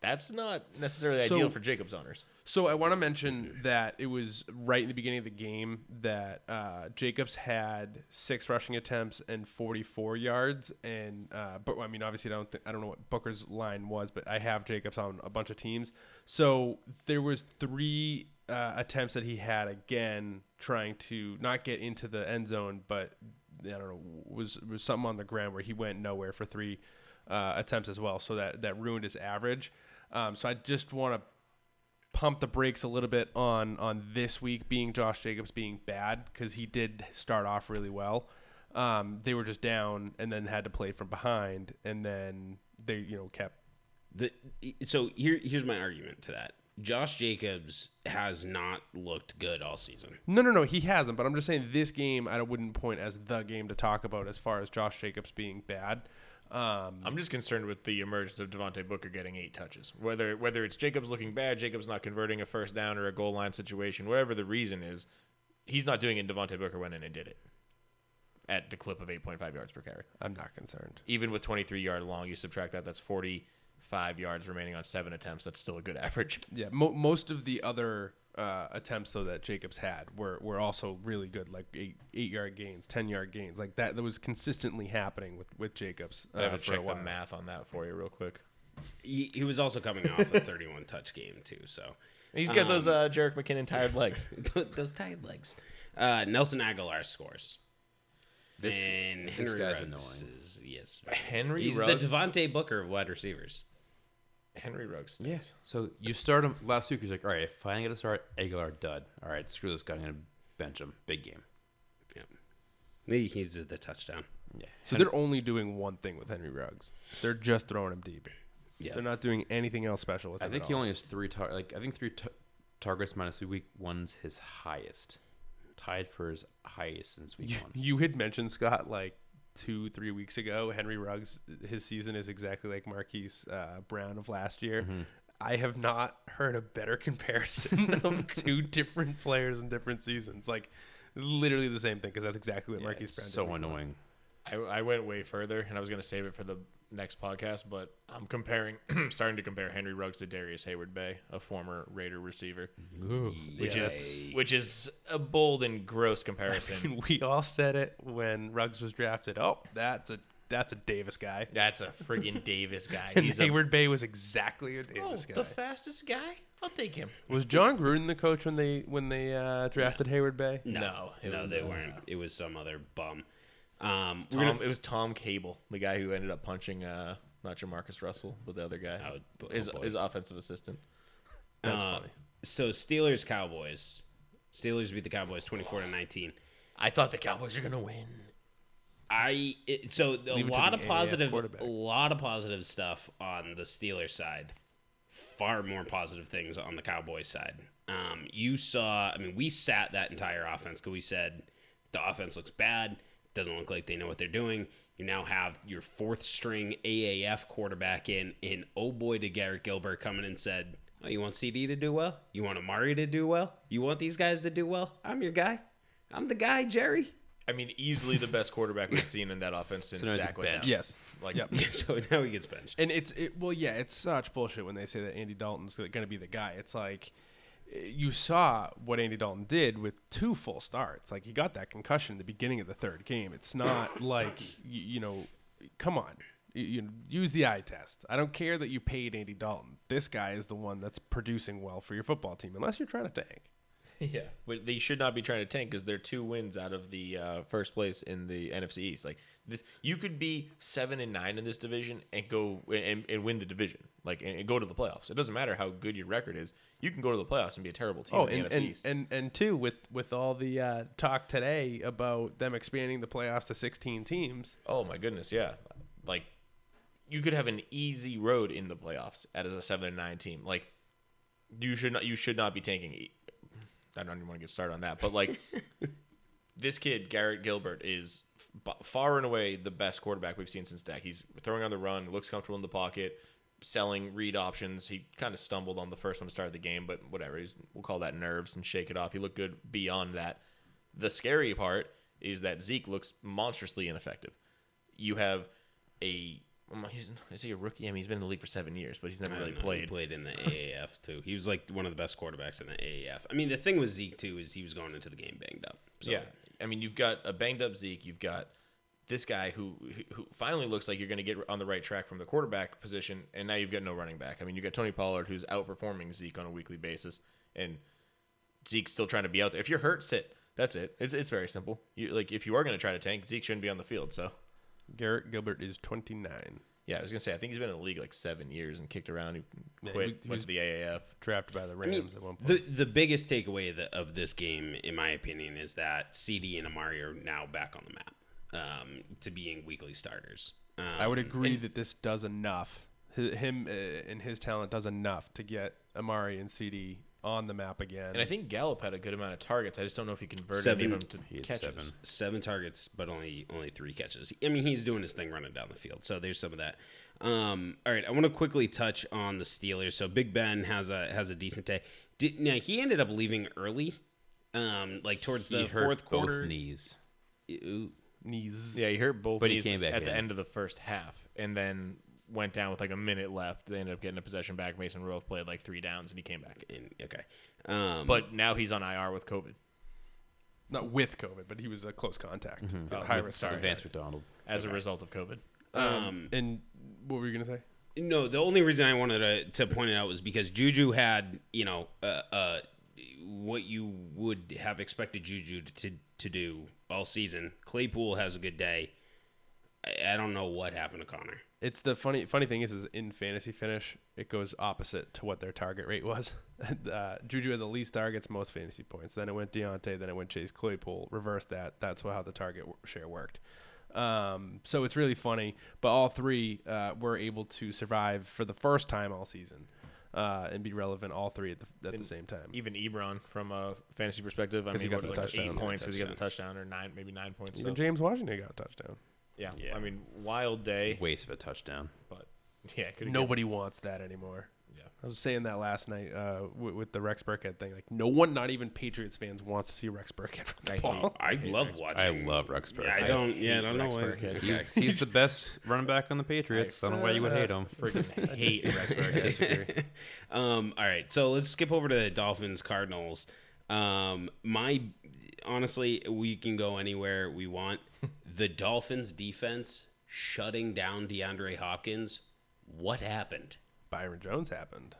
Speaker 3: that's not necessarily
Speaker 4: So-
Speaker 3: ideal for Jacobs owners.
Speaker 4: So I want to mention that it was right in the beginning of the game that uh, Jacobs had six rushing attempts and 44 yards, and uh, but I mean obviously I don't th- I don't know what Booker's line was, but I have Jacobs on a bunch of teams. So there was three uh, attempts that he had again trying to not get into the end zone, but I don't know was was something on the ground where he went nowhere for three uh, attempts as well. So that that ruined his average. Um, so I just want to pump the brakes a little bit on on this week being Josh Jacobs being bad because he did start off really well. Um, they were just down and then had to play from behind, and then they you know kept
Speaker 1: the so here here's my argument to that. Josh Jacobs has not looked good all season.
Speaker 4: no no no he hasn't. But I'm just saying this game I wouldn't point as the game to talk about as far as Josh Jacobs being bad. Um,
Speaker 3: I'm just concerned with the emergence of Devontae Booker getting eight touches. Whether whether it's Jacobs looking bad, Jacobs not converting a first down or a goal line situation, whatever the reason is, he's not doing it. and Devontae Booker went in and did it at the clip of 8.5 yards per carry.
Speaker 4: I'm not concerned.
Speaker 3: even with 23 yard long, you subtract that, that's 45 yards remaining on seven attempts. That's still a good average.
Speaker 4: Yeah, mo- most of the other uh, attempts though that Jacobs had were were also really good, like eight eight yard gains, ten yard gains, like that. That was consistently happening with with Jacobs
Speaker 3: I
Speaker 4: uh,
Speaker 3: gotta
Speaker 4: for a
Speaker 3: check the
Speaker 4: while.
Speaker 3: math on that for you real quick.
Speaker 1: He, he was also coming off a 31 touch game too, so Um,
Speaker 3: He's got those uh, Jarek McKinnon tired legs.
Speaker 1: those tight legs. Uh, Nelson Aguilar scores.
Speaker 2: This,
Speaker 1: and
Speaker 2: this
Speaker 1: Henry
Speaker 2: guy's
Speaker 1: Ruggs
Speaker 2: annoying.
Speaker 1: is yes,
Speaker 3: Henry
Speaker 1: he's
Speaker 3: Ruggs?
Speaker 1: the Devonte Booker of wide receivers.
Speaker 3: Henry Ruggs. stinks.
Speaker 2: Yes. So you start him last week. He's like, all right, I finally got to start Aguilar Dud. All right, screw this guy. I'm gonna bench him. Big game.
Speaker 1: Yeah. Maybe he needs the touchdown.
Speaker 2: Yeah.
Speaker 4: So they're only doing one thing with Henry Ruggs. They're just throwing him deep.
Speaker 1: Yeah.
Speaker 4: They're not doing anything else special with
Speaker 2: I
Speaker 4: him.
Speaker 2: think
Speaker 4: at
Speaker 2: he
Speaker 4: all.
Speaker 2: only has three tar- like I think three tar- targets minus week one's his highest, tied for his highest since week one.
Speaker 4: You had mentioned Scott like two, three weeks ago. Henry Ruggs, his season is exactly like Marquise uh, Brown of last year. I have not heard a better comparison of two different players in different seasons. Like literally the same thing because that's exactly what
Speaker 2: Yeah,
Speaker 4: Marquise
Speaker 2: it's
Speaker 4: Brown.
Speaker 2: so
Speaker 4: did.
Speaker 2: annoying.
Speaker 3: I, I went way further, and I was going to save it for the next podcast, but I'm comparing, starting to compare Henry Ruggs to Darius Hayward Bay, a former Raider receiver, which is which is a bold and gross comparison.
Speaker 4: We all said it when Ruggs was drafted. Oh, that's a that's a Davis guy.
Speaker 3: That's a friggin' Davis guy.
Speaker 4: And
Speaker 3: He's a
Speaker 4: Hayward Bay was exactly a
Speaker 3: Oh,
Speaker 4: Davis guy.
Speaker 3: the fastest guy? I'll take him.
Speaker 4: was John Gruden the coach when they when they uh, drafted Hayward Bay?
Speaker 3: No, it
Speaker 1: no,
Speaker 3: was,
Speaker 1: they
Speaker 3: uh,
Speaker 1: weren't. It was some other bum. Um, we're
Speaker 3: Tom,
Speaker 1: gonna-
Speaker 3: it was Tom Cable, the guy who ended up punching uh, not Jamarcus Russell, but the other guy,
Speaker 1: Oh, oh
Speaker 3: his,
Speaker 1: boy.
Speaker 3: his offensive assistant. That's
Speaker 1: uh,
Speaker 3: funny.
Speaker 1: So Steelers Cowboys. Steelers beat the Cowboys twenty four to nineteen.
Speaker 3: I thought the Cowboys are gonna win.
Speaker 1: I it, so a
Speaker 4: Leave it to
Speaker 1: lot
Speaker 4: the
Speaker 1: of
Speaker 4: AAF
Speaker 1: positive,
Speaker 4: quarterback.
Speaker 1: a lot of positive stuff on the Steelers side. Far more positive things on the Cowboys side. Um, you saw, I mean, we sat that entire offense because we said the offense looks bad. Doesn't look like they know what they're doing. You now have your fourth string AAF quarterback in, and oh boy, did Garrett Gilbert come in and said, "Oh, you want CD to do well? You want Amari to do well? You want these guys to do well? I'm your guy. I'm the guy, Jerry."
Speaker 3: I mean, easily the best quarterback we've seen in that offense since
Speaker 2: So now he's
Speaker 3: Dak
Speaker 2: a
Speaker 3: went down.
Speaker 2: bench.
Speaker 4: Yes.
Speaker 3: Like,
Speaker 4: Yep.
Speaker 1: so now he gets benched.
Speaker 4: And it's it, well, yeah, it's such bullshit when they say that Andy Dalton's going to be the guy. It's like eh, you saw what Andy Dalton did with two full starts. Like he got that concussion in the beginning of the third game. It's not like you, you know, come on, you, you know, use the eye test. I don't care that you paid Andy Dalton. This guy is the one that's producing well for your football team, unless you're trying to tank.
Speaker 3: yeah, but they should not be trying to tank because they're two wins out of the uh, first place in the NFC East. Like this, you could be seven and nine in this division and go and, and win the division, like and, and go to the playoffs. It doesn't matter how good your record is. You can go to the playoffs and be a terrible team.
Speaker 4: Oh,
Speaker 3: in the
Speaker 4: and
Speaker 3: NFC
Speaker 4: and,
Speaker 3: East.
Speaker 4: and and two with with all the uh, talk today about them expanding the playoffs to 16 teams.
Speaker 3: Oh my goodness, yeah. Like you could have an easy road in the playoffs as a seven and nine team. Like you should not you should not be tanking. I don't even want to get started on that, but like this kid Garrett Gilbert is f- far and away the best quarterback we've seen since Dak. He's throwing on the run, looks comfortable in the pocket, selling read options. He kind of stumbled on the first one to start the game, but whatever. He's, we'll call that nerves and shake it off. He looked good beyond that. The scary part is that Zeke looks monstrously ineffective. You have a well, he's, is he a rookie? I mean, he's been in the league for seven years, but he's never
Speaker 1: I
Speaker 3: really
Speaker 1: don't know, He
Speaker 3: played.
Speaker 1: played in the AAF too. He was like one of the best quarterbacks in the AAF. I mean, the thing with Zeke too is he was going into the game banged up. So
Speaker 3: Yeah, I mean, you've got a banged up Zeke. You've got this guy who who finally looks like you're going to get on the right track from the quarterback position, and now you've got no running back. I mean, you got Tony Pollard who's outperforming Zeke on a weekly basis, and Zeke's still trying to be out there. If you're hurt, sit. That's it. It's, it's very simple. You like if you are going to try to tank, Zeke shouldn't be on the field. So
Speaker 4: Garrett Gilbert is 29,
Speaker 3: yeah, I was going to say I think he's been in the league like seven years and kicked around. He
Speaker 4: he
Speaker 3: quit,
Speaker 4: was- he
Speaker 3: went
Speaker 4: was-
Speaker 3: to the AAF.
Speaker 4: drafted by the
Speaker 1: I
Speaker 4: Rams
Speaker 1: mean,
Speaker 4: at one point.
Speaker 1: the the biggest takeaway the, of this game, in my opinion, is that CD and Amari are now back on the map um, to being weekly starters. Um,
Speaker 4: I would agree that this does enough. Hi- Him uh, and his talent does enough to get Amari and CD on the map again.
Speaker 3: And I think Gallup had a good amount of targets. I just don't know if he converted any
Speaker 1: Seven-
Speaker 3: of them
Speaker 2: He
Speaker 3: to
Speaker 2: had
Speaker 3: catches.
Speaker 2: seven.
Speaker 1: seven targets, but only only three catches. I mean, he's doing his thing running down the field. So there's some of that. Um, all right, I want to quickly touch on the Steelers. So Big Ben has a has a decent day. Did, now he ended up leaving early, um, like towards the
Speaker 2: he hurt
Speaker 1: fourth
Speaker 2: both
Speaker 1: quarter. E,
Speaker 2: knees.
Speaker 1: Ooh.
Speaker 4: knees.
Speaker 3: Yeah, he hurt both
Speaker 2: But he
Speaker 3: knees
Speaker 2: came back
Speaker 3: at the
Speaker 2: in.
Speaker 3: end of the first half, and then went down with like a minute left. They ended up getting a possession back. Mason Rove played like three downs, and he came back.
Speaker 1: And, okay, um,
Speaker 3: But now he's on IR with COVID.
Speaker 4: Not with COVID, but he was a close contact. Uh, high risk.
Speaker 3: Um, sorry.
Speaker 2: Vance McDonald.
Speaker 3: As a result of COVID,
Speaker 4: Um, and what were you going to say?
Speaker 1: No, the only reason I wanted to, to point it out was because Juju had, you know, uh, uh, what you would have expected Juju to, to do all season. Claypool has a good day. I, I don't know what happened to Connor.
Speaker 4: It's the funny funny thing is, is in fantasy finish, it goes opposite to what their target rate was. uh, Juju had the least targets, most fantasy points. Then it went Deontay. Then it went Chase Claypool. Reverse that. That's how the target w- share worked. Um, so it's really funny. But all three uh, were able to survive for the first time all season uh, and be relevant. All three at the, at the same time.
Speaker 3: uh, Even Ebron, from a fantasy perspective, I
Speaker 4: 'Cause
Speaker 3: mean,
Speaker 4: he
Speaker 3: he
Speaker 4: got
Speaker 3: got
Speaker 4: the
Speaker 3: like
Speaker 4: touchdown.
Speaker 3: eight points because he got the touchdown or nine, maybe nine points.
Speaker 4: Even
Speaker 3: so-
Speaker 4: James Washington got a touchdown.
Speaker 3: yeah. I mean, wild day,
Speaker 2: Waste of a touchdown.
Speaker 3: but yeah, could
Speaker 4: Nobody wants that anymore.
Speaker 3: Yeah.
Speaker 4: I was saying that last night uh, with, with the Rex Burkhead thing. Like, no one, not even Patriots fans, wants to see Rex Burkhead from the
Speaker 3: I hate-
Speaker 4: ball.
Speaker 1: I, love
Speaker 2: I
Speaker 1: watching.
Speaker 2: love Rex Burkhead.
Speaker 1: I don't. Yeah, I don't know.
Speaker 3: Rex
Speaker 1: why-
Speaker 3: Burkhead.
Speaker 1: Okay.
Speaker 2: He's, he's the best running back on the Patriots. I don't know why you would hate him.
Speaker 3: freaking hate Rex Burkhead.
Speaker 1: Um, all right, so let's skip over to the Dolphins Cardinals. Um, my honestly, we can go anywhere we want. the Dolphins defense shutting down DeAndre Hopkins. What happened?
Speaker 4: Byron Jones happened.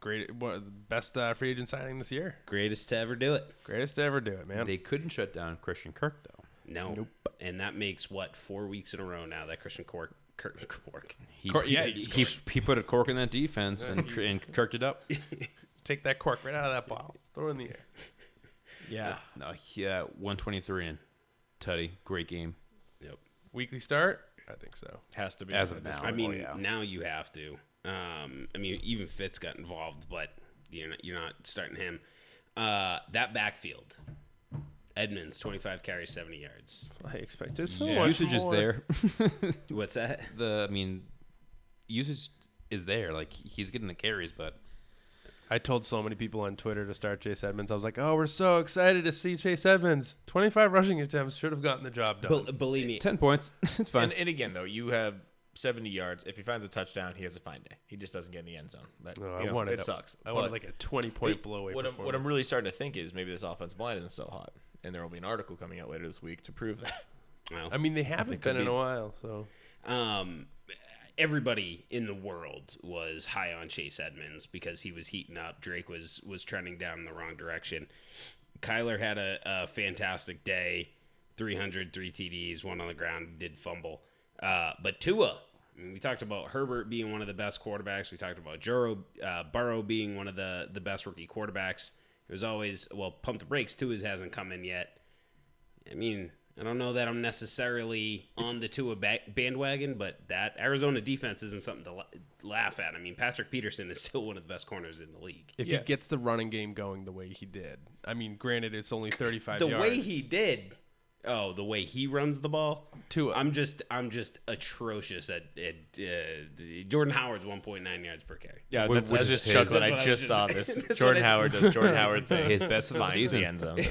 Speaker 4: Great, what, best uh, free agent signing this year.
Speaker 1: Greatest to ever do it.
Speaker 4: Greatest to ever do it, man.
Speaker 2: They couldn't shut down Christian Kirk though.
Speaker 1: No. And that makes what four weeks in a row now that Christian Cork Kirk Cork.
Speaker 2: He,
Speaker 4: Cor- yeah,
Speaker 2: he,
Speaker 4: he's-
Speaker 2: he, he put a cork in that defense and, and kirked it up.
Speaker 4: Take that cork right out of that ball. Throw it in the air.
Speaker 3: Yeah.
Speaker 2: No, yeah, one twenty three in Tutty, great game.
Speaker 1: Yep.
Speaker 4: Weekly start? I think so.
Speaker 3: Has to be.
Speaker 2: As
Speaker 3: at
Speaker 2: of
Speaker 3: this
Speaker 2: now,
Speaker 1: I
Speaker 2: Oh,
Speaker 1: mean,
Speaker 2: yeah.
Speaker 1: now you have to. Um, I mean, even Fitz got involved, but you're not, you're not starting him. Uh, that backfield, Edmonds, 25 carries, 70 yards.
Speaker 4: I expected so
Speaker 2: Yeah. Usage is there.
Speaker 1: What's that?
Speaker 2: the I mean, usage is there. Like he's getting the carries, but
Speaker 4: I told so many people on Twitter to start Chase Edmonds. I was like, oh, we're so excited to see Chase Edmonds. 25 rushing attempts should have gotten the job done.
Speaker 1: Bel believe me,
Speaker 2: ten points. it's fine.
Speaker 3: And, and again, though, you have 70 yards. If he finds a touchdown, he has a fine day. He just doesn't get in the end zone. That,
Speaker 4: No,
Speaker 3: you
Speaker 4: I
Speaker 3: know,
Speaker 4: wanted
Speaker 3: it
Speaker 4: a-
Speaker 3: sucks.
Speaker 4: I wanted
Speaker 3: But
Speaker 4: like a 20 point blowaway.
Speaker 3: what I'm, what I'm
Speaker 4: performance.
Speaker 3: really starting to think is maybe this offensive line isn't so hot. And there will be an article coming out later this week to prove that.
Speaker 1: Well,
Speaker 4: I mean, they haven't been in a while, so
Speaker 1: um, everybody in the world was high on Chase Edmonds because he was heating up. Drake was was trending down in the wrong direction. Kyler had a, a fantastic day, 300, three TDs, one on the ground, did fumble. Uh, but Tua, I mean, we talked about Herbert being one of the best quarterbacks. We talked about Juro, uh, Burrow being one of the, the best rookie quarterbacks. It was always, well, pump the brakes. Tua's hasn't come in yet. I mean, I don't know that I'm necessarily on the Tua ba- bandwagon, but that Arizona defense isn't something to la- laugh at. I mean, Patrick Peterson is still one of the best corners in the league.
Speaker 4: if he gets the running game going the way he did, I mean, granted, it's only 35
Speaker 1: The
Speaker 4: yards.
Speaker 1: way he did, oh, the way he runs the ball.
Speaker 4: Tua.
Speaker 1: I'm just, I'm just atrocious at, at uh, the- Jordan Howard's 1.9 yards per carry.
Speaker 3: Yeah,
Speaker 2: Wh- that's- which that's is just his. chuckling.
Speaker 1: That's
Speaker 3: I
Speaker 1: what I
Speaker 3: just
Speaker 1: was
Speaker 3: saw
Speaker 1: just-
Speaker 3: this.
Speaker 1: that's
Speaker 3: Jordan
Speaker 1: what I-
Speaker 3: Howard does Jordan Howard thing.
Speaker 2: His best of the
Speaker 3: finds
Speaker 2: season.
Speaker 3: the end zone.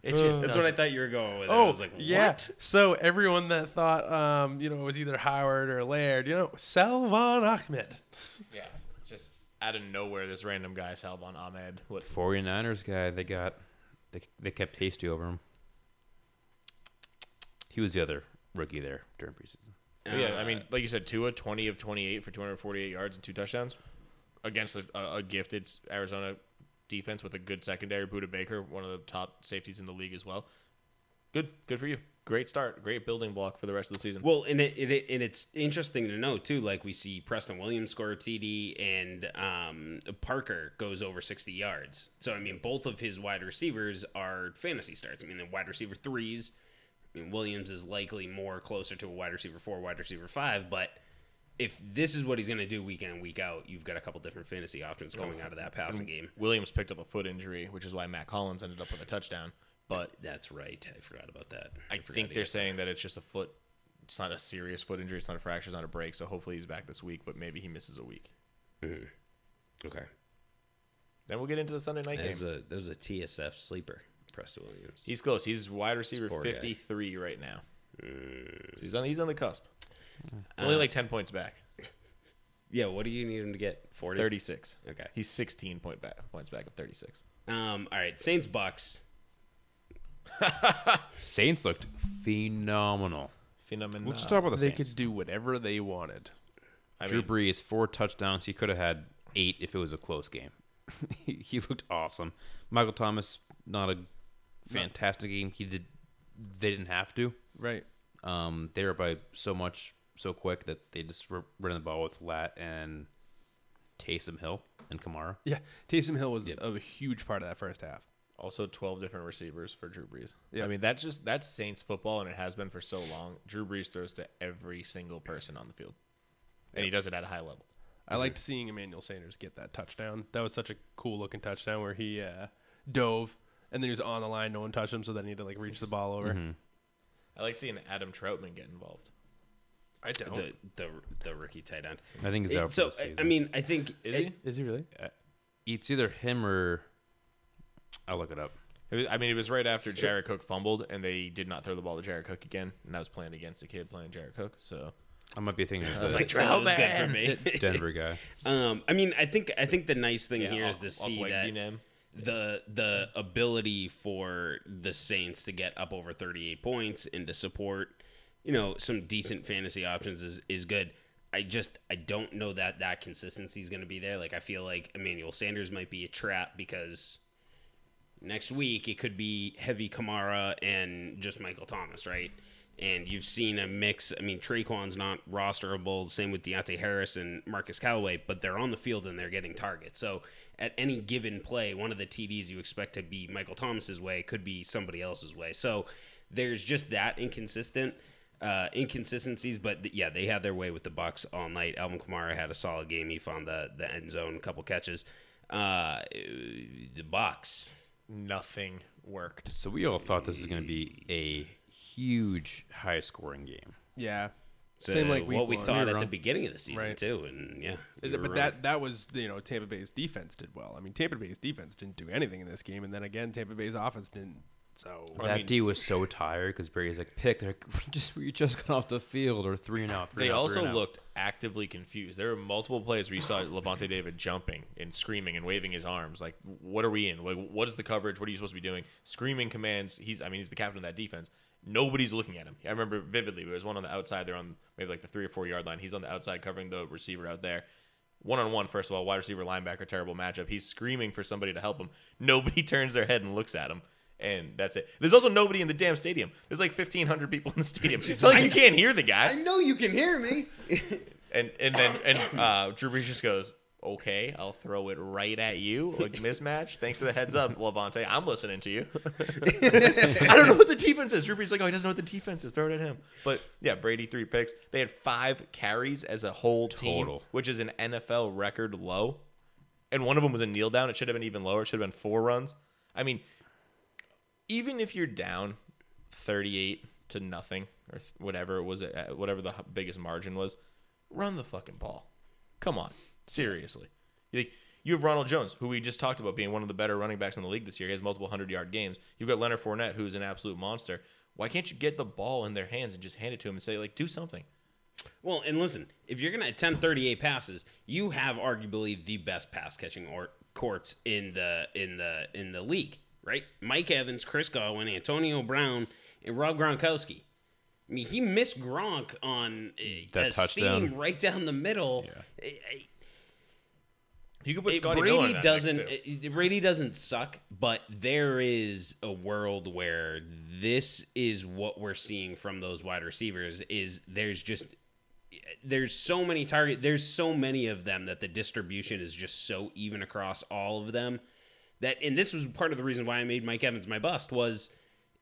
Speaker 3: It's just
Speaker 1: That's what I thought you were going with.
Speaker 4: Oh,
Speaker 1: I was like,
Speaker 4: yeah.
Speaker 1: what?
Speaker 4: So everyone that thought, um, you know, it was either Howard or Laird, you know, Salvan Ahmed.
Speaker 3: yeah, it's just out of nowhere. This random guy, Salvan Ahmed. What?
Speaker 2: 49ers guy, they got they, they kept Hasty over him. He was the other rookie there during preseason.
Speaker 1: Uh,
Speaker 3: yeah, I mean, like you said, Tua, twenty of twenty-eight for two hundred forty-eight yards and two touchdowns against a, a a gifted Arizona defense with a good secondary. Buda Baker, one of the top safeties in the league as well. Good, good for you. Great start. Great building block for the rest of the season.
Speaker 1: Well, and it, it, it and it's interesting to know too. Like we see Preston Williams score a TD, and um, Parker goes over sixty yards. So I mean, both of his wide receivers are fantasy starts. I mean, the wide receiver threes. I mean, Williams is likely more closer to a wide receiver four, wide receiver five. But if this is what he's going to do week in week out, you've got a couple different fantasy options coming out of that passing game.
Speaker 3: Williams picked up a foot injury, which is why Matt Collins ended up with a touchdown. But
Speaker 1: That's right. I forgot about that.
Speaker 3: I
Speaker 1: forgot
Speaker 3: think
Speaker 1: to
Speaker 3: they're
Speaker 1: get-
Speaker 3: saying that it's just a foot. It's not a serious foot injury. It's not a fracture. It's not a break. So hopefully he's back this week, but maybe he misses a week.
Speaker 1: okay.
Speaker 3: Then we'll get into the Sunday night
Speaker 1: That was
Speaker 3: game.
Speaker 1: a that was a TSF sleeper. Preston Williams.
Speaker 3: he's close. He's wide receiver
Speaker 1: poor guy.
Speaker 3: 53 right now. So he's on he's on the cusp. It's only like 10 points back.
Speaker 1: yeah. What do you need him to get? Forty.
Speaker 3: 36.
Speaker 1: Okay.
Speaker 3: He's 16 point back points back of 36.
Speaker 1: Um, all right, Saints Bucks.
Speaker 2: Saints looked phenomenal.
Speaker 3: Phenomenal.
Speaker 2: Let's talk about the
Speaker 4: They
Speaker 2: Saints.
Speaker 4: could do whatever they wanted.
Speaker 3: I
Speaker 2: Drew
Speaker 3: mean,
Speaker 2: Brees, four touchdowns. He could have had eight if it was a close game. he, he looked awesome. Michael Thomas, not a fantastic game. He did. They didn't have to.
Speaker 4: Right.
Speaker 2: Um, they were up by so much so quick that they just were running the ball with Lat and Taysom Hill and Kamara.
Speaker 4: Yeah, Taysom Hill was a huge part of that first half.
Speaker 3: Also, twelve different receivers for Drew Brees.
Speaker 4: Yeah.
Speaker 3: I mean that's just that's Saints football, and it has been for so long. Drew Brees throws to every single person on the field, and he does it at a high level.
Speaker 4: I liked seeing Emmanuel Sanders get that touchdown. That was such a cool looking touchdown where he uh, dove and then he was on the line. No one touched him, so then he had to like reach the ball over.
Speaker 1: Mm-hmm.
Speaker 3: I like seeing Adam Troutman get involved.
Speaker 4: I don't.
Speaker 1: the the the rookie tight end.
Speaker 2: I think he's out for
Speaker 1: so
Speaker 2: the
Speaker 1: I- I
Speaker 2: season.
Speaker 1: mean, I think
Speaker 3: Is
Speaker 1: it-
Speaker 3: he?
Speaker 2: Is he really? Uh, It's either him or I'll look it up.
Speaker 3: It was, I mean, it was right after Jared Cook fumbled, and they did not throw the ball to Jared Cook again. And I was playing against a kid playing Jared Cook, so
Speaker 2: I might be thinking of the
Speaker 3: like,
Speaker 1: so that was good for me.
Speaker 2: Denver guy.
Speaker 1: Um, I mean, I think I think the nice thing here is
Speaker 3: I'll-
Speaker 1: to
Speaker 3: I'll
Speaker 1: see
Speaker 3: wait,
Speaker 1: that
Speaker 3: Dinam.
Speaker 1: the the ability for the Saints to get up over 38 points and to support, you know, some decent fantasy options is is good. I just I don't know that that consistency is going to be there. Like I feel like Emmanuel Sanders might be a trap because next week it could be heavy Kamara and just Michael Thomas, right? And you've seen a mix. I mean, Traquan's not rosterable. Same with Deontay Harris and Marcus Callaway, but they're on the field and they're getting targets. So at any given play, one of the TDs you expect to be Michael Thomas's way could be somebody else's way. So there's just that inconsistent uh, inconsistencies. But th- yeah, they had their way with the Bucks all night. Alvin Kamara had a solid game. He found the the end zone, a couple catches. Uh, the Bucks.
Speaker 3: nothing worked.
Speaker 2: So we all thought this was going to be a huge high scoring game.
Speaker 4: Yeah.
Speaker 1: to
Speaker 4: Same like week
Speaker 1: what we
Speaker 4: one.
Speaker 1: thought
Speaker 4: You're
Speaker 1: at the
Speaker 4: wrong.
Speaker 1: beginning of the season
Speaker 4: Right.
Speaker 1: too, and yeah, we were
Speaker 4: But
Speaker 1: wrong.
Speaker 4: that that was you know Tampa Bay's defense did well. I mean Tampa Bay's defense didn't do anything in this game, and then again Tampa Bay's offense didn't. So
Speaker 2: That D was so tired because Brady's like, pick, they're like, just, we just got off the field or three and out. Three
Speaker 3: They
Speaker 2: and out,
Speaker 3: also
Speaker 2: three and out.
Speaker 3: looked actively confused. There were multiple plays where you saw Levante David jumping and screaming and waving his arms. Like, what are we in? Like, what is the coverage? What are you supposed to be doing? Screaming commands. He's, I mean, he's the captain of that defense. Nobody's looking at him. I remember vividly. There was one on the outside. They're on maybe like the three or four yard line. He's on the outside covering the receiver out there. One on one, first of all, wide receiver linebacker, terrible matchup. He's screaming for somebody to help him. Nobody turns their head and looks at him. And that's it. There's also nobody in the damn stadium. There's like 1,500 people in the stadium. It's not like you can't hear the guy.
Speaker 1: know you can hear me.
Speaker 3: And and then and uh, Drew Brees just goes, "Okay, I'll throw it right at you, like mismatch. Thanks for the heads up, Levante. I'm listening to you. I don't know what the defense is. Drew Brees is like, oh, he doesn't know what the defense is. Throw it at him. But yeah, Brady three picks. They had five carries as a whole team,
Speaker 2: Total.
Speaker 3: which is an NFL record low. And one of them was a kneel down. It should have been even lower. It should have been four runs. I mean, even if you're down 38 to nothing or th- whatever it was uh, whatever the h- biggest margin was run the fucking ball come on seriously like you have Ronald Jones, who we just talked about being one of the better running backs in the league this year. He has multiple hundred-yard games. You've got Leonard Fournette, who's an absolute monster. Why can't you get the ball in their hands and just hand it to him and say, like, do something?
Speaker 1: Well, and listen, if you're gonna attempt 38 passes, you have arguably the best pass catching or corpse in the in the in the league, right? Mike Evans, Chris Godwin, Antonio Brown, and Rob Gronkowski. I mean, he missed Gronk on a,
Speaker 2: That
Speaker 1: a
Speaker 2: touchdown.
Speaker 1: seam right down the middle. I- I-
Speaker 3: You could put
Speaker 1: it-
Speaker 3: Scotty Miller
Speaker 1: Brady
Speaker 3: in that mix,
Speaker 1: doesn't.
Speaker 3: too.
Speaker 1: it- it- Brady doesn't suck, but there is a world where this is what we're seeing from those wide receivers. Is there's just there's so many target there's so many of them that the distribution is just so even across all of them that and this was part of the reason why I made Mike Evans my bust was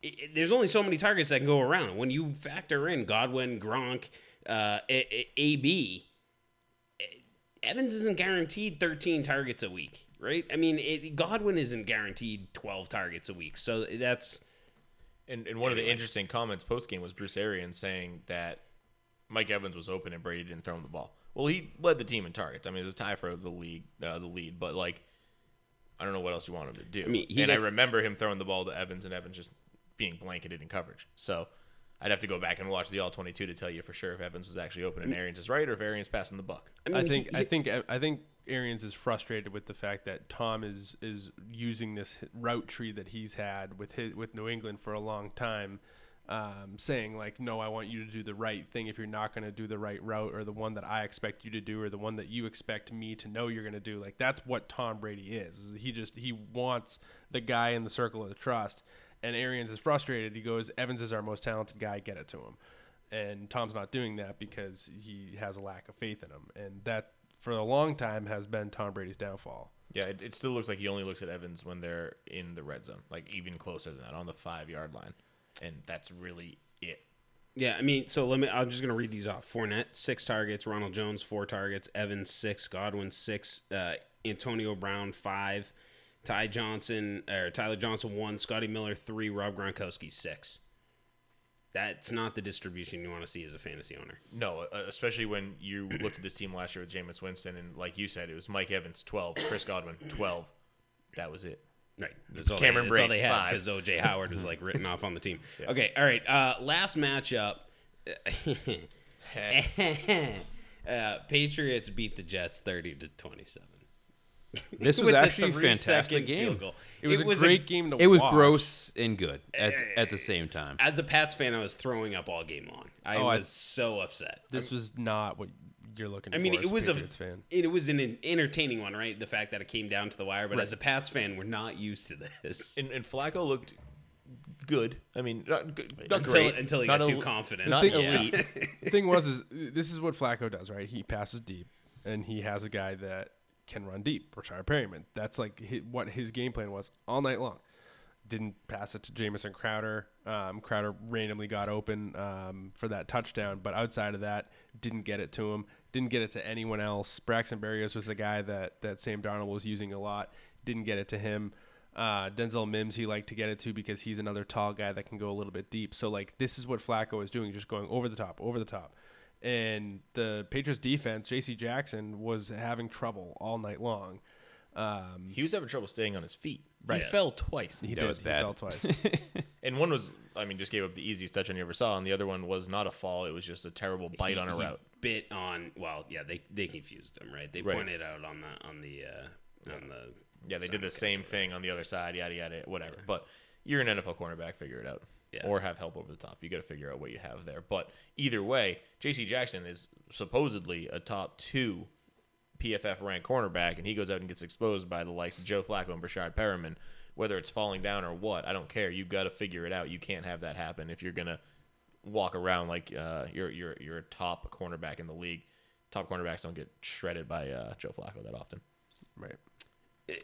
Speaker 1: i i- there's only so many targets that can go around when you factor in Godwin Gronk uh, A- A- AB Evans isn't guaranteed 13 targets a week, right? I mean, it, Godwin isn't guaranteed 12 targets a week. So that's
Speaker 3: And, and one of the interesting comments post game was Bruce Arians saying that Mike Evans was open and Brady didn't throw him the ball. Well, he led the team in targets. I mean, it was a tie for the league, uh, the lead, but like, I don't know what else you want him to do.
Speaker 1: mean, he
Speaker 3: and I
Speaker 1: gets-
Speaker 3: remember him throwing the ball to Evans and Evans just being blanketed in coverage. So I'd have to go back and watch the All 22 to tell you for sure if Evans was actually open and
Speaker 1: Mm.
Speaker 3: Arians is right or if Arians passing the buck.
Speaker 1: I mean,
Speaker 4: I think
Speaker 1: he-
Speaker 4: I think I think Arians is frustrated with the fact that Tom is is using this route tree that he's had with his, with New England for a long time, um, saying like, "No, I want you to do the right thing. If you're not going to do the right route, or the one that I expect you to do, or the one that you expect me to know you're going to do, like that's what Tom Brady is. is He just he wants the guy in the circle of trust." And Arians is frustrated. He goes, "Evans is our most talented guy. Get it to him." and Tom's not doing that because he has a lack of faith in him, and that for a long time has been Tom Brady's downfall.
Speaker 3: Yeah, it, it still looks like he only looks at Evans when they're in the red zone, like even closer than that, on the five yard line, and that's really it.
Speaker 1: Yeah, I mean, so let me. I'm just gonna read these off. Fournette six targets, Ronald Jones four targets, Evans six, Godwin six, uh, Antonio Brown five, Ty Johnson or Tyler Johnson one, Scotty Miller three, Rob Gronkowski six. That's not the distribution you want to see as a fantasy owner.
Speaker 3: No, uh, especially when you looked at this team last year with Jameis Winston, and like you said, it was Mike Evans twelve, Chris Godwin twelve. That was it.
Speaker 1: Right. That's all
Speaker 3: Cameron
Speaker 1: they, that's all
Speaker 3: Brate,
Speaker 1: they had
Speaker 3: five.
Speaker 1: because OJ Howard was like written off on the team. Okay. All right. Uh, last matchup. uh, Patriots beat the Jets thirty to twenty-seven.
Speaker 2: This was
Speaker 1: With the
Speaker 2: actually a
Speaker 1: three-second field
Speaker 2: fantastic game.
Speaker 1: goal.
Speaker 4: It was a great game to
Speaker 2: It was
Speaker 4: watch.
Speaker 2: gross and good at, at the same time.
Speaker 1: As a Pats fan, I was throwing up all game long. I
Speaker 4: Oh, I-
Speaker 1: was so upset.
Speaker 4: This was not what you're looking.
Speaker 1: I mean,
Speaker 4: for as
Speaker 1: it was
Speaker 4: a
Speaker 1: a
Speaker 4: Patriots fan.
Speaker 1: it was an, an entertaining one, right? The fact that it came down to the wire, but as a Pats fan, we're not used to this.
Speaker 3: And, and Flacco looked good. I mean, not, good, not
Speaker 1: until,
Speaker 3: great
Speaker 1: until he
Speaker 3: not
Speaker 1: got too
Speaker 3: el-
Speaker 1: confident.
Speaker 3: Not
Speaker 1: Yeah.
Speaker 3: elite.
Speaker 4: the thing was is uh, this is what Flacco does, right? He passes deep, and he has a guy that can run deep, Rashard Perryman. That's like hi what his game plan was all night long. Didn't pass it to Jamison Crowder. Um, Crowder randomly got open um, for that touchdown, but outside of that, didn't get it to him. Didn't get it to anyone else. Braxton Berrios was the guy that that Sam Darnold was using a lot. Didn't get it to him. Uh, Denzel Mims, he liked to get it to because he's another tall guy that can go a little bit deep. So like this is what Flacco is doing, just going over the top, over the top. And the Patriots defense, J.C. Jackson was having trouble all night long. Um,
Speaker 3: He was having trouble staying on his feet. He fell twice.
Speaker 4: he
Speaker 2: That
Speaker 4: did.
Speaker 2: was
Speaker 4: He
Speaker 2: bad.
Speaker 4: fell twice.
Speaker 3: And one was, I mean, just gave up the easiest touchdown you ever saw, and the other one was not a fall. It was just a terrible bite on a
Speaker 1: He
Speaker 3: route.
Speaker 1: Bit on. Well, yeah, they they confused him, right? They pointed out on the on the uh, on the.
Speaker 3: Yeah, they did the same thing on the other side, yada, yada, whatever. But you're an NFL cornerback, figure it out.
Speaker 1: Yeah.
Speaker 3: Or have help over the top. You got to figure out what you have there. But either way, J.C. Jackson is supposedly a top two PFF ranked cornerback, and he goes out and gets exposed by the likes of Joe Flacco and Brashad Perriman. Whether it's falling down or what, I don't care. You've got to figure it out. You can't have that happen if you're gonna walk around like uh, you're you're you're a top cornerback in the league. Top cornerbacks don't get shredded by uh, Joe Flacco that often.
Speaker 4: right.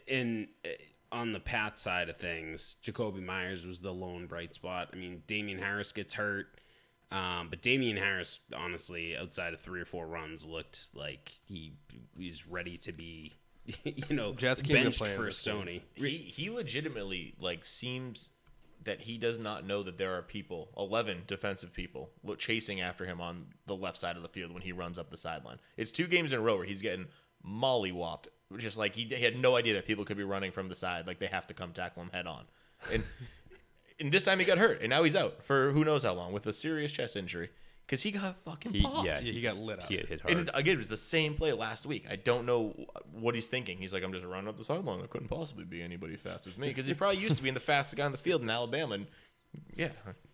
Speaker 1: in uh, on the Pat side of things, Jacoby Myers was the lone bright spot. I mean, Damian Harris gets hurt, um, but Damian Harris, honestly, outside of three or four runs, looked like he is ready to be, you know,
Speaker 4: Jets came to
Speaker 1: benched
Speaker 4: play in
Speaker 1: for
Speaker 4: this
Speaker 1: Sony.
Speaker 3: he he legitimately like seems that he does not know that there are people 11 defensive people lo- chasing after him on the left side of the field when he runs up the sideline it's two games in a row where he's getting mollywopped just like he, he had no idea that people could be running from the side like they have to come tackle him head on and and this time he got hurt and now he's out for who knows how long with a serious chest injury because he got fucking
Speaker 2: He,
Speaker 3: popped
Speaker 2: yeah,
Speaker 4: Yeah, he got lit up.
Speaker 2: He hit hard.
Speaker 3: and it, again, it was the same play last week. I don't know what he's thinking. He's like, I'm just running up the sideline. There couldn't possibly be anybody fast as me because he probably used to be in the fastest guy on the field in Alabama. And yeah,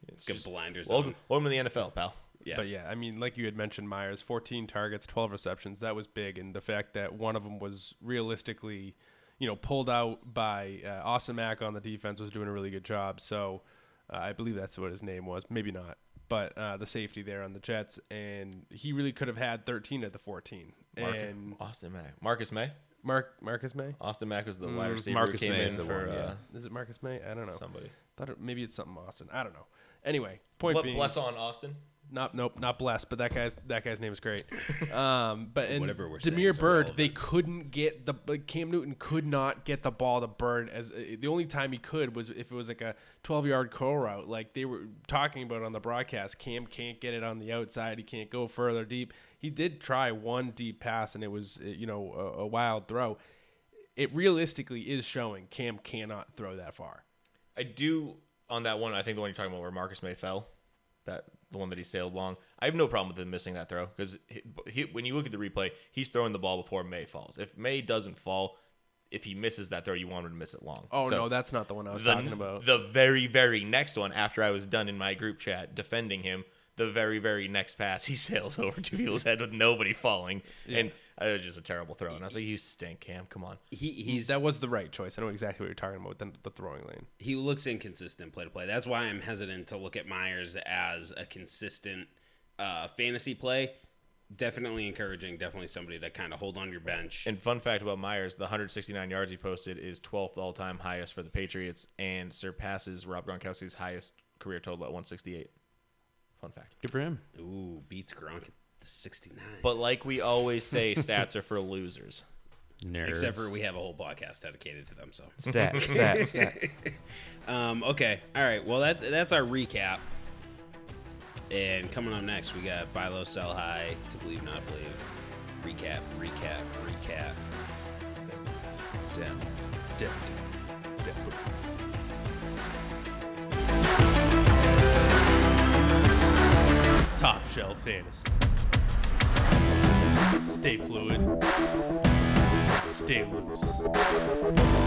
Speaker 3: it's
Speaker 1: Got
Speaker 3: just-
Speaker 1: blinders
Speaker 3: welcome,
Speaker 1: on.
Speaker 3: welcome to the NFL, pal.
Speaker 1: Yeah.
Speaker 4: But yeah, I mean, like you had mentioned, Myers, 14 targets, 12 receptions. That was big. And the fact that one of them was realistically, you know, pulled out by uh, Austin Mack on the defense was doing a really good job. So uh, I believe that's what his name was. Maybe not. But uh, the safety there on the Jets. And he really could have had 13 at the 14.
Speaker 3: Marcus,
Speaker 4: And
Speaker 3: Austin Mack, Marcus May,
Speaker 4: Mark Marcus May?
Speaker 3: Austin Mack was the wide receiver.
Speaker 2: Mm, Marcus
Speaker 3: who came
Speaker 2: May
Speaker 3: in
Speaker 2: is the
Speaker 3: for,
Speaker 2: one, yeah.
Speaker 3: uh,
Speaker 4: Is it Marcus May? I don't know.
Speaker 3: somebody.
Speaker 4: Thought it, maybe it's something Austin. I don't know. Anyway, point
Speaker 3: Ble-
Speaker 4: being,
Speaker 3: bless on Austin.
Speaker 4: Not nope, not blessed, but that guy's that guy's name is great. Um, but and
Speaker 1: Whatever we're saying
Speaker 4: Demir
Speaker 1: is
Speaker 4: Bird, they couldn't get the like, Cam Newton could not get the ball to Bird as uh, the only time he could was if it was like a 12 yard curl route, like they were talking about on the broadcast. Cam can't get it on the outside, he can't go further deep. He did try one deep pass, and it was uh, you know a, a wild throw. It realistically is showing Cam cannot throw that far.
Speaker 3: I do on that one. I think the one you're talking about where Marcus May fell, that the one that he sailed long. I have no problem with him missing that throw because he, he, when you look at the replay, he's throwing the ball before May falls. If May doesn't fall, if he misses that throw, you want him to miss it long.
Speaker 4: Oh
Speaker 3: So,
Speaker 4: no, that's not the one I was
Speaker 3: the,
Speaker 4: talking about.
Speaker 3: the very very next one after I was done in my group chat defending him. The very very next pass, he sails over to people's head with nobody falling, and uh, it was just a terrible throw. And I was like, "You stink, Cam! Come on!"
Speaker 1: He he's
Speaker 4: that was the right choice. I know exactly what you're talking about. Then the throwing lane.
Speaker 1: he looks inconsistent play to play. That's why I'm hesitant to look at Myers as a consistent uh, fantasy play, definitely encouraging. Definitely somebody to kind of hold on your bench.
Speaker 3: And fun fact about Myers: the 169 yards he posted is 12th all-time highest for the Patriots, and surpasses Rob Gronkowski's highest career total at 168. Fun fact.
Speaker 2: Good for him.
Speaker 1: Ooh, beats Gronk at the 69.
Speaker 3: But like we always say, stats are for losers.
Speaker 2: Nerds.
Speaker 1: Except for we have a whole podcast dedicated to them. So,
Speaker 2: stat, stat, stat.
Speaker 1: um, okay, all right. Well, that's that's our recap. And coming up next, we got buy low, sell high, to believe, not believe. Recap, recap, recap.
Speaker 2: Damn. Damn. Damn.
Speaker 6: Top shelf fantasy. Stay fluid. Stay loose.